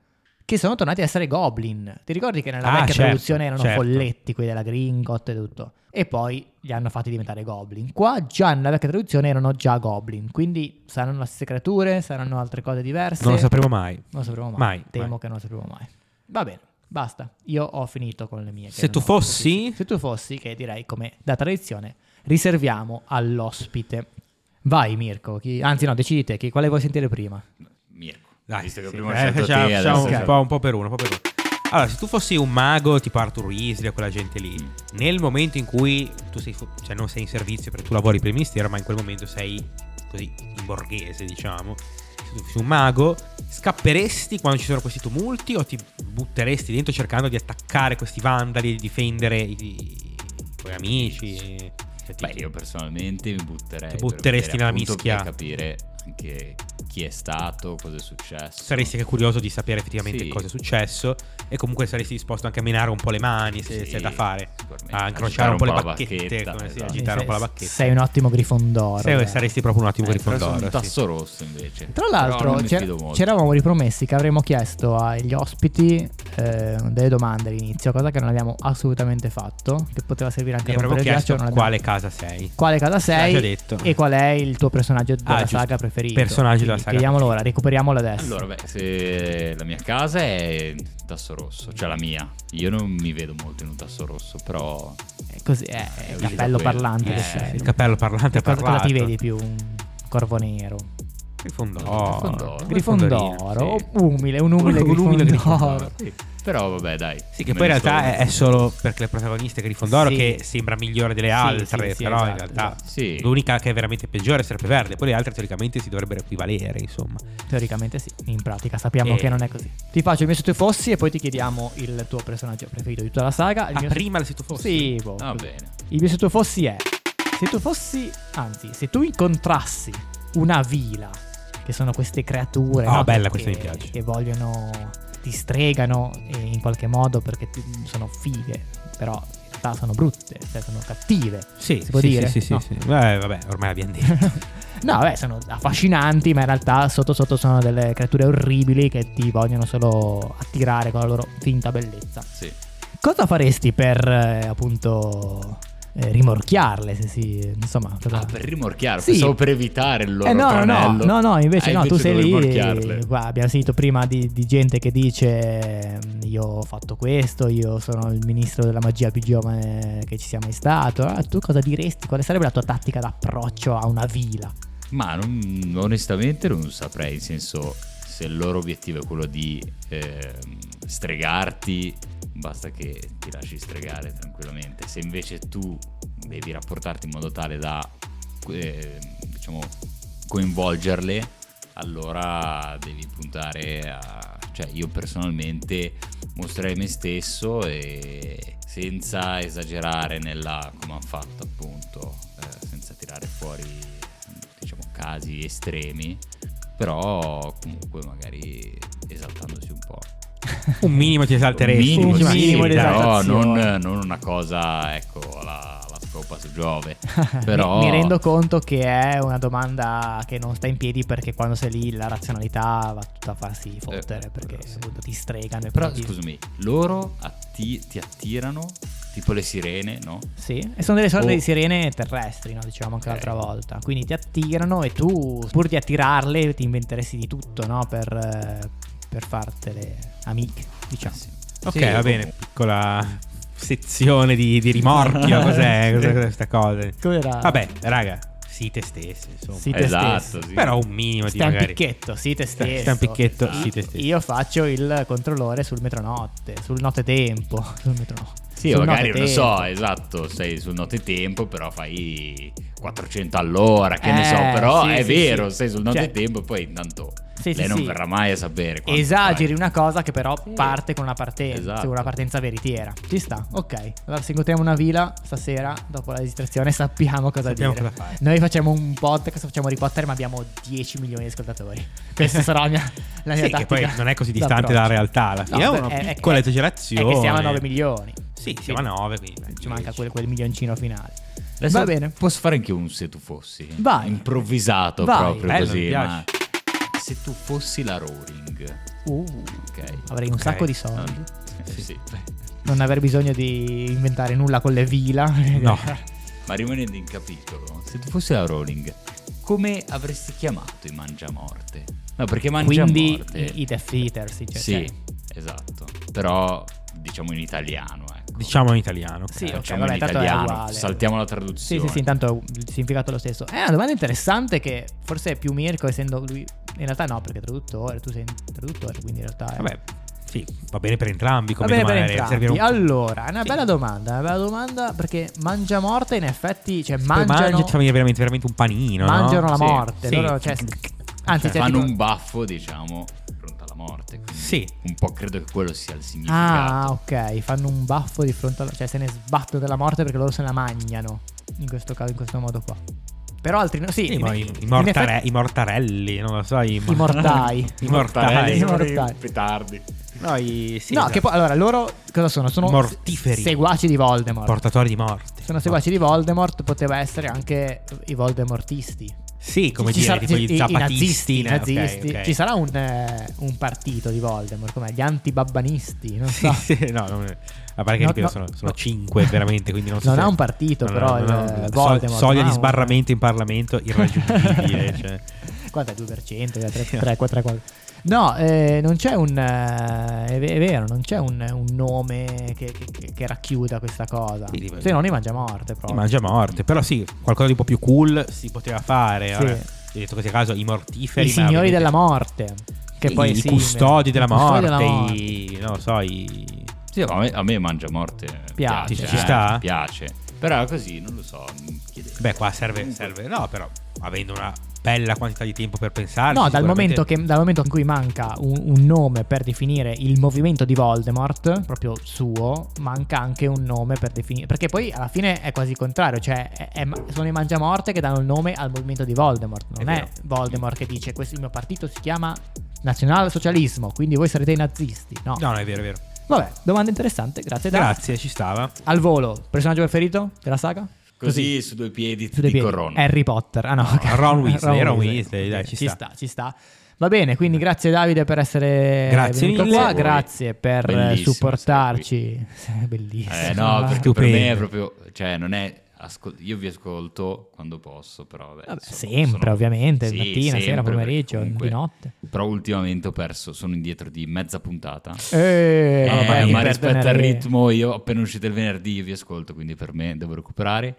che sono tornati a essere goblin. Ti ricordi che nella Ah, vecchia certo, traduzione erano certo. folletti, quelli della Gringot e tutto, e poi li hanno fatti diventare goblin. Qua già nella vecchia traduzione erano già goblin, quindi saranno le stesse creature, saranno altre cose diverse. Non lo sapremo mai. Non lo sapremo mai. Mai, Temo mai. che non lo sapremo mai. Va bene, basta. Io ho finito con le mie. che Se tu non ho fossi? pochissime. Se tu fossi, che direi come da tradizione, riserviamo all'ospite. Vai Mirko, chi- anzi no, decidi te, chi- quale vuoi sentire prima? Mirko, Dai, visto che sì, prima ho eh, scelto facciamo, te, facciamo adesso ok. un, po', un po' per uno, un po' per uno. Allora, se tu fossi un mago tipo Arthur Weasley o quella gente lì, nel momento in cui tu sei, fu- cioè non sei in servizio perché tu lavori per il ministero, ma in quel momento sei così in borghese, diciamo, se tu fossi un mago, scapperesti quando ci sono questi tumulti o ti butteresti dentro cercando di attaccare questi vandali, di difendere i, i tuoi amici? Cioè, ti- Beh, io personalmente mi butterei. Ti per butteresti vedere, nella appunto, mischia. Per capire anche chi è stato, cosa è successo. saresti anche curioso di sapere effettivamente Sì. cosa è successo e comunque saresti disposto anche a menare un po' le mani se Sì, c'è da fare, sicuramente. a incrociare un po' le Agitare un po' la bacchette, bacchetta, come si- esatto. agitare Eh, un po' la bacchetta. Sei un ottimo grifondoro. Sei- dai. saresti proprio un attimo Eh, però sono Grifondoro. un sì. tasso rosso invece. Tra Però l'altro non mi c'era- fido molto. ci eravamo ripromessi che avremmo chiesto agli ospiti eh, delle domande all'inizio, cosa che non abbiamo assolutamente fatto, che poteva servire anche Mi a avremmo rompere il ghiaccio. chiesto non abbiamo- quale casa sei. quale casa sei l'ha già detto. e qual è il tuo personaggio della Ah, giusto. saga preferito. Personaggio della saga Chiediamolo ora, recuperiamolo adesso. Allora, beh, se la mia casa è tasso rosso, cioè la mia. Io non mi vedo molto in un tasso rosso, però Eh, Così è, è il Eh, cappello quello. parlante. Eh, che sì, sei. Il cappello parlante Che è cosa, cosa parlato. ti vedi più? Un corvo nero, Grifondoro. Grifondoro, Grifondoro. Grifondorino, umile, un umile Un umile Grifondoro. Grifondoro. però vabbè, dai. Sì, che me poi in ne realtà sono. è, è solo perché la protagonista è Grifondoro Sì. che sembra migliore delle Sì, altre, sì, sì, però in esatto, realtà esatto. Sì. l'unica che è veramente peggiore è Serpeverde, poi le altre teoricamente si dovrebbero equivalere, insomma. Teoricamente sì, in pratica sappiamo Eh. che non è così. Ti faccio il mio se tu fossi e poi ti chiediamo il tuo personaggio preferito di tutta la saga. Il Ah, mio- prima il se tu fossi? Sì, boh, Va così. bene. Il mio se tu fossi è. Se tu fossi. Anzi, se tu incontrassi una vila, che sono queste creature. Ah, no, bella, che- questa mi piace. Che vogliono. ti stregano eh, in qualche modo perché ti- sono fighe, però in realtà sono brutte, cioè sono cattive. Sì, Si può sì, dire? Sì, sì, No. sì, sì. Beh, vabbè, ormai l'abbiamo detto. No, beh, sono affascinanti, ma in realtà sotto sotto sono delle creature orribili che ti vogliono solo attirare con la loro finta bellezza. Sì. Esatto. Cosa faresti per eh, appunto eh, rimorchiarle? Se si, insomma, cosa- Ah, per rimorchiare, Sì. pensavo per evitare il loro Eh, no, no, no, tranello. no, no, invece Ah, no, tu sei devo lì. rimorchiarle. Qua abbiamo sentito prima di, di gente che dice "Mm, io ho fatto questo, io sono il ministro della magia più giovane che ci sia mai stato. Ah, tu cosa diresti? Quale sarebbe la tua tattica d'approccio a una vila? Ma non- onestamente non saprei, nel senso, se il loro obiettivo è quello di ehm, stregarti, basta che ti lasci stregare tranquillamente. Se invece tu devi rapportarti in modo tale da eh, diciamo, coinvolgerle, allora devi puntare a... cioè io personalmente mostrerei me stesso e senza esagerare nella... come hanno fatto appunto, eh, senza tirare fuori diciamo casi estremi, però comunque magari esaltandosi un po' Un minimo ti esalteresti. diciamo, Un minimo, sì, minimo di dai. esaltazione. però non, non una cosa, ecco, la, la scopa su Giove. Però Mi, mi rendo conto che è una domanda che non sta in piedi perché quando sei lì la razionalità va tutta a farsi fottere Eh, perché sì. appunto ti stregano. Però No, scusami, loro atti- ti attirano tipo le sirene, no? Sì, e sono delle sorte Oh. di sirene terrestri, no? dicevamo anche Ok. l'altra volta. Quindi ti attirano e tu, pur di attirarle, ti inventeresti di tutto no? per, eh, per fartele amiche, diciamo. Eh sì. Ok, Sì, va comunque. bene, piccola sezione di, di rimorchio, cos'è, cos'è questa cosa? Com'era? Vabbè, raga, sì te stessi, insomma. Sì, te stesso. Esatto, sì. Però un minimo di Stai un magari. picchetto, sì, te Stai- stesso. stai un picchetto, sì, te Io- stesso. Io faccio il controllore sul metronotte, sul notte tempo, sul metronotte. Sì, sul magari non lo so, notte tempo. esatto, sei sul notetempo, però fai 400 all'ora, che Eh, ne so, però sì, è sì, vero, sì. sei sul Cioè- notetempo e poi intanto Sì, sì, lei non sì. verrà mai a sapere quanto Esageri fai. una cosa che però parte con una partenza, Esatto. cioè una partenza veritiera. Ci sta, ok. Allora se incontriamo una vila stasera, dopo la registrazione, sappiamo cosa Sappiamo dire. cosa fare. Noi facciamo un podcast, facciamo Harry Potter, ma abbiamo 10 milioni di ascoltatori. Questa sarà la mia, la mia Sì, che tattica poi non è così distante d'approccio. dalla realtà. Alla fine. No, è beh, una è- è- piccola è- esagerazione. Eh, È che siamo a 9 milioni. Sì, siamo a 9, quindi beh, Ci manca dieci. quel, quel milioncino finale. Adesso Va bene. Posso fare anche un se tu fossi? Vai. Improvvisato Vai. proprio Bello, mi così. piace. Ma se tu fossi la Roaring, Uh, ok? avrei un Ok, sacco di soldi. Non- eh, sì. Non aver bisogno di inventare nulla con le vila. No, Ma rimanendo in capitolo, se tu fossi la Rowling, come avresti chiamato i Mangiamorte? No, perché Quindi Mangiamorte... i, i Death Eater, sì. cioè- sì, esatto. Però diciamo in italiano, ecco. diciamo in italiano. Sì, Eh, ok, diciamo cioè, vabbè, in tanto è italiano, uguale. saltiamo la Sì, traduzione. sì, sì, intanto il significato è lo stesso. È una domanda interessante che forse è più Mirko, essendo lui... In realtà no, perché è traduttore, tu sei un traduttore, quindi in realtà... È... Vabbè, sì, va bene per entrambi. Va Come bene per domani, servire entrambi. un- Allora, è una Sì. bella domanda, è una bella domanda perché mangia morte in effetti, cioè Poi mangiano, mangi- fammi veramente, veramente un panino. no? mangiano la Sì, morte. sì. loro, cioè, anzi, cioè, Fanno tipo- un baffo, diciamo, pronta alla morte. quindi Sì. Un po' credo che quello sia il Ah, significato. ok, fanno un baffo di fronte alla... cioè se ne sbattono della morte perché loro se la magnano, in questo caso, in questo modo qua. Però altri no, sì, Sì, in- ma i, in i mortare- effetti- i mortarelli, non lo so, i, i mortai. i mortai. Mortarelli. mortali. petardi. No, i- sì, no, esatto. che poi allora loro cosa sono? Sono Mortiferi. seguaci di Voldemort. portatori di morte. sono seguaci di Voldemort, poteva essere anche i Voldemortisti. Sì, come Ci- ci dire, sarà- tipo ci- i- gli i zapatisti. nazisti, i no? nazisti. Ok, ok. Ci sarà un, eh, un partito di Voldemort, come gli antibabbanisti, non so. Sì, sì, no, non- a parte che No, ripeto, no, sono, no. sono cinque veramente, quindi non so Non se- ha un partito, non però, ha- non ha- il so- Voldemort, Soglia no? di sbarramento in Parlamento irraggiungibile, cioè. Quanto è 2%? 3, 3, 4, 4. No, eh, non c'è un. eh, è ve- è vero, non c'è un, un nome che, che- che- che racchiuda questa cosa. Sì, tipo- Se non i mangiamorte, proprio. Ti mangia morte, però sì, qualcosa di un po' più cool si poteva fare. Sì. vabbè, Ho detto così a caso, i mortiferi. I ma signori ovviamente- della morte. Che i, poi i sì, custodi della i custodi morte, della morte. i, non lo so, i... Sì, a me, a me mangia morte. eh, Piace. Ci sta? Piace. Però così, non lo so, mi chiedevo. Beh, qua serve, serve, no, però avendo una bella quantità di tempo per pensare. No, dal momento, che- dal momento in cui manca un, un nome per definire il movimento di Voldemort, proprio suo, manca anche un nome per definire. Perché poi alla fine è quasi il contrario, cioè è- è ma- sono i mangiamorte che danno il nome al movimento di Voldemort. Non È è, vero. Voldemort che dice questo il mio partito si chiama nazionalsocialismo, quindi voi sarete i nazisti. No. No, no, è vero, è vero. Vabbè, domanda interessante, grazie. Dan. Grazie, ci stava. Al volo, personaggio preferito della saga? Così, su due piedi Su ti dei dico piedi. Ron. Harry Potter. Ah no, ok. Ron Weasley, Ron Weasley, dai, Ok, ci ci sta. sta. ci sta. Va bene, quindi grazie Davide per essere Grazie venuto mille. qua, Grazie a voi. grazie per eh, Bellissimo supportarci. Sì, Bellissimo. Eh, no, perché per Stupendo. me è proprio. Cioè, non è. ascol- io vi ascolto quando posso, però. vabbè, Vabbè, sono- sempre, sono- ovviamente, Sì, mattina, sera, sempre, pomeriggio, perché comunque- di notte. Però ultimamente ho perso, sono indietro di mezza puntata. Eh, Eh, vabbè, ma per rispetto al tenere- ritmo, io appena uscito il venerdì io vi ascolto, quindi per me devo recuperare.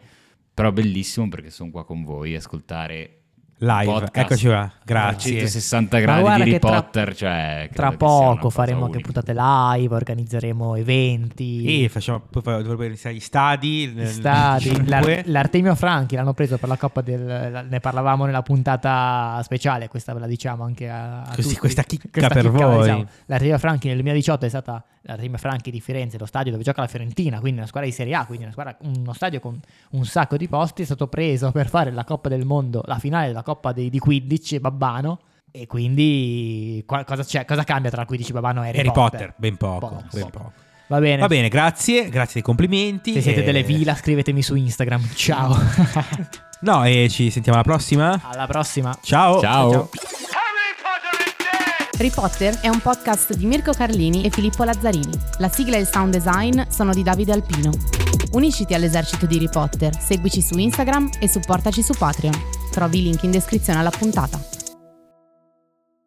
Però bellissimo perché sono qua con voi, ascoltare Live, podcast. eccoci qua, grazie. 160 Ma gradi di guarda Harry che tra- Potter, cioè, credo Tra che sia una poco cosa faremo anche unica. puntate live, organizzeremo eventi, E facciamo, poi fa- dovrebbero iniziare gli stadi. nel- stati. 25. L'ar- L'Artemio Franchi l'hanno preso per la Coppa del... la- Ne parlavamo nella puntata speciale, questa ve la diciamo anche a, a Questi- tutti. questa chicca per la voi. diciamo. L'Artemio Franchi nel 2018 è stata l'Artemio Franchi di Firenze, lo stadio dove gioca la Fiorentina, quindi una squadra di Serie A, quindi una squadra- uno stadio con un sacco di posti, è stato preso per fare la Coppa del Mondo, la finale della Coppa dei, di 15 Babbano. E quindi qua- cosa, c'è- cosa cambia tra 15 Babbano e Harry, Harry Potter, ben poco. Poco. ben poco. Va bene. Va bene, grazie, grazie dei complimenti. Se siete e- delle villa, scrivetemi su Instagram. Ciao. No, e ci sentiamo alla prossima. Alla prossima. Ciao. Ciao. Harry Potter is dead! Harry Potter è un podcast di Mirko Carlini e Filippo Lazzarini. La sigla e il sound design sono di Davide Alpino. Unisciti all'esercito di Harry Potter, seguici su Instagram e supportaci su Patreon. Trovi i link in descrizione alla puntata.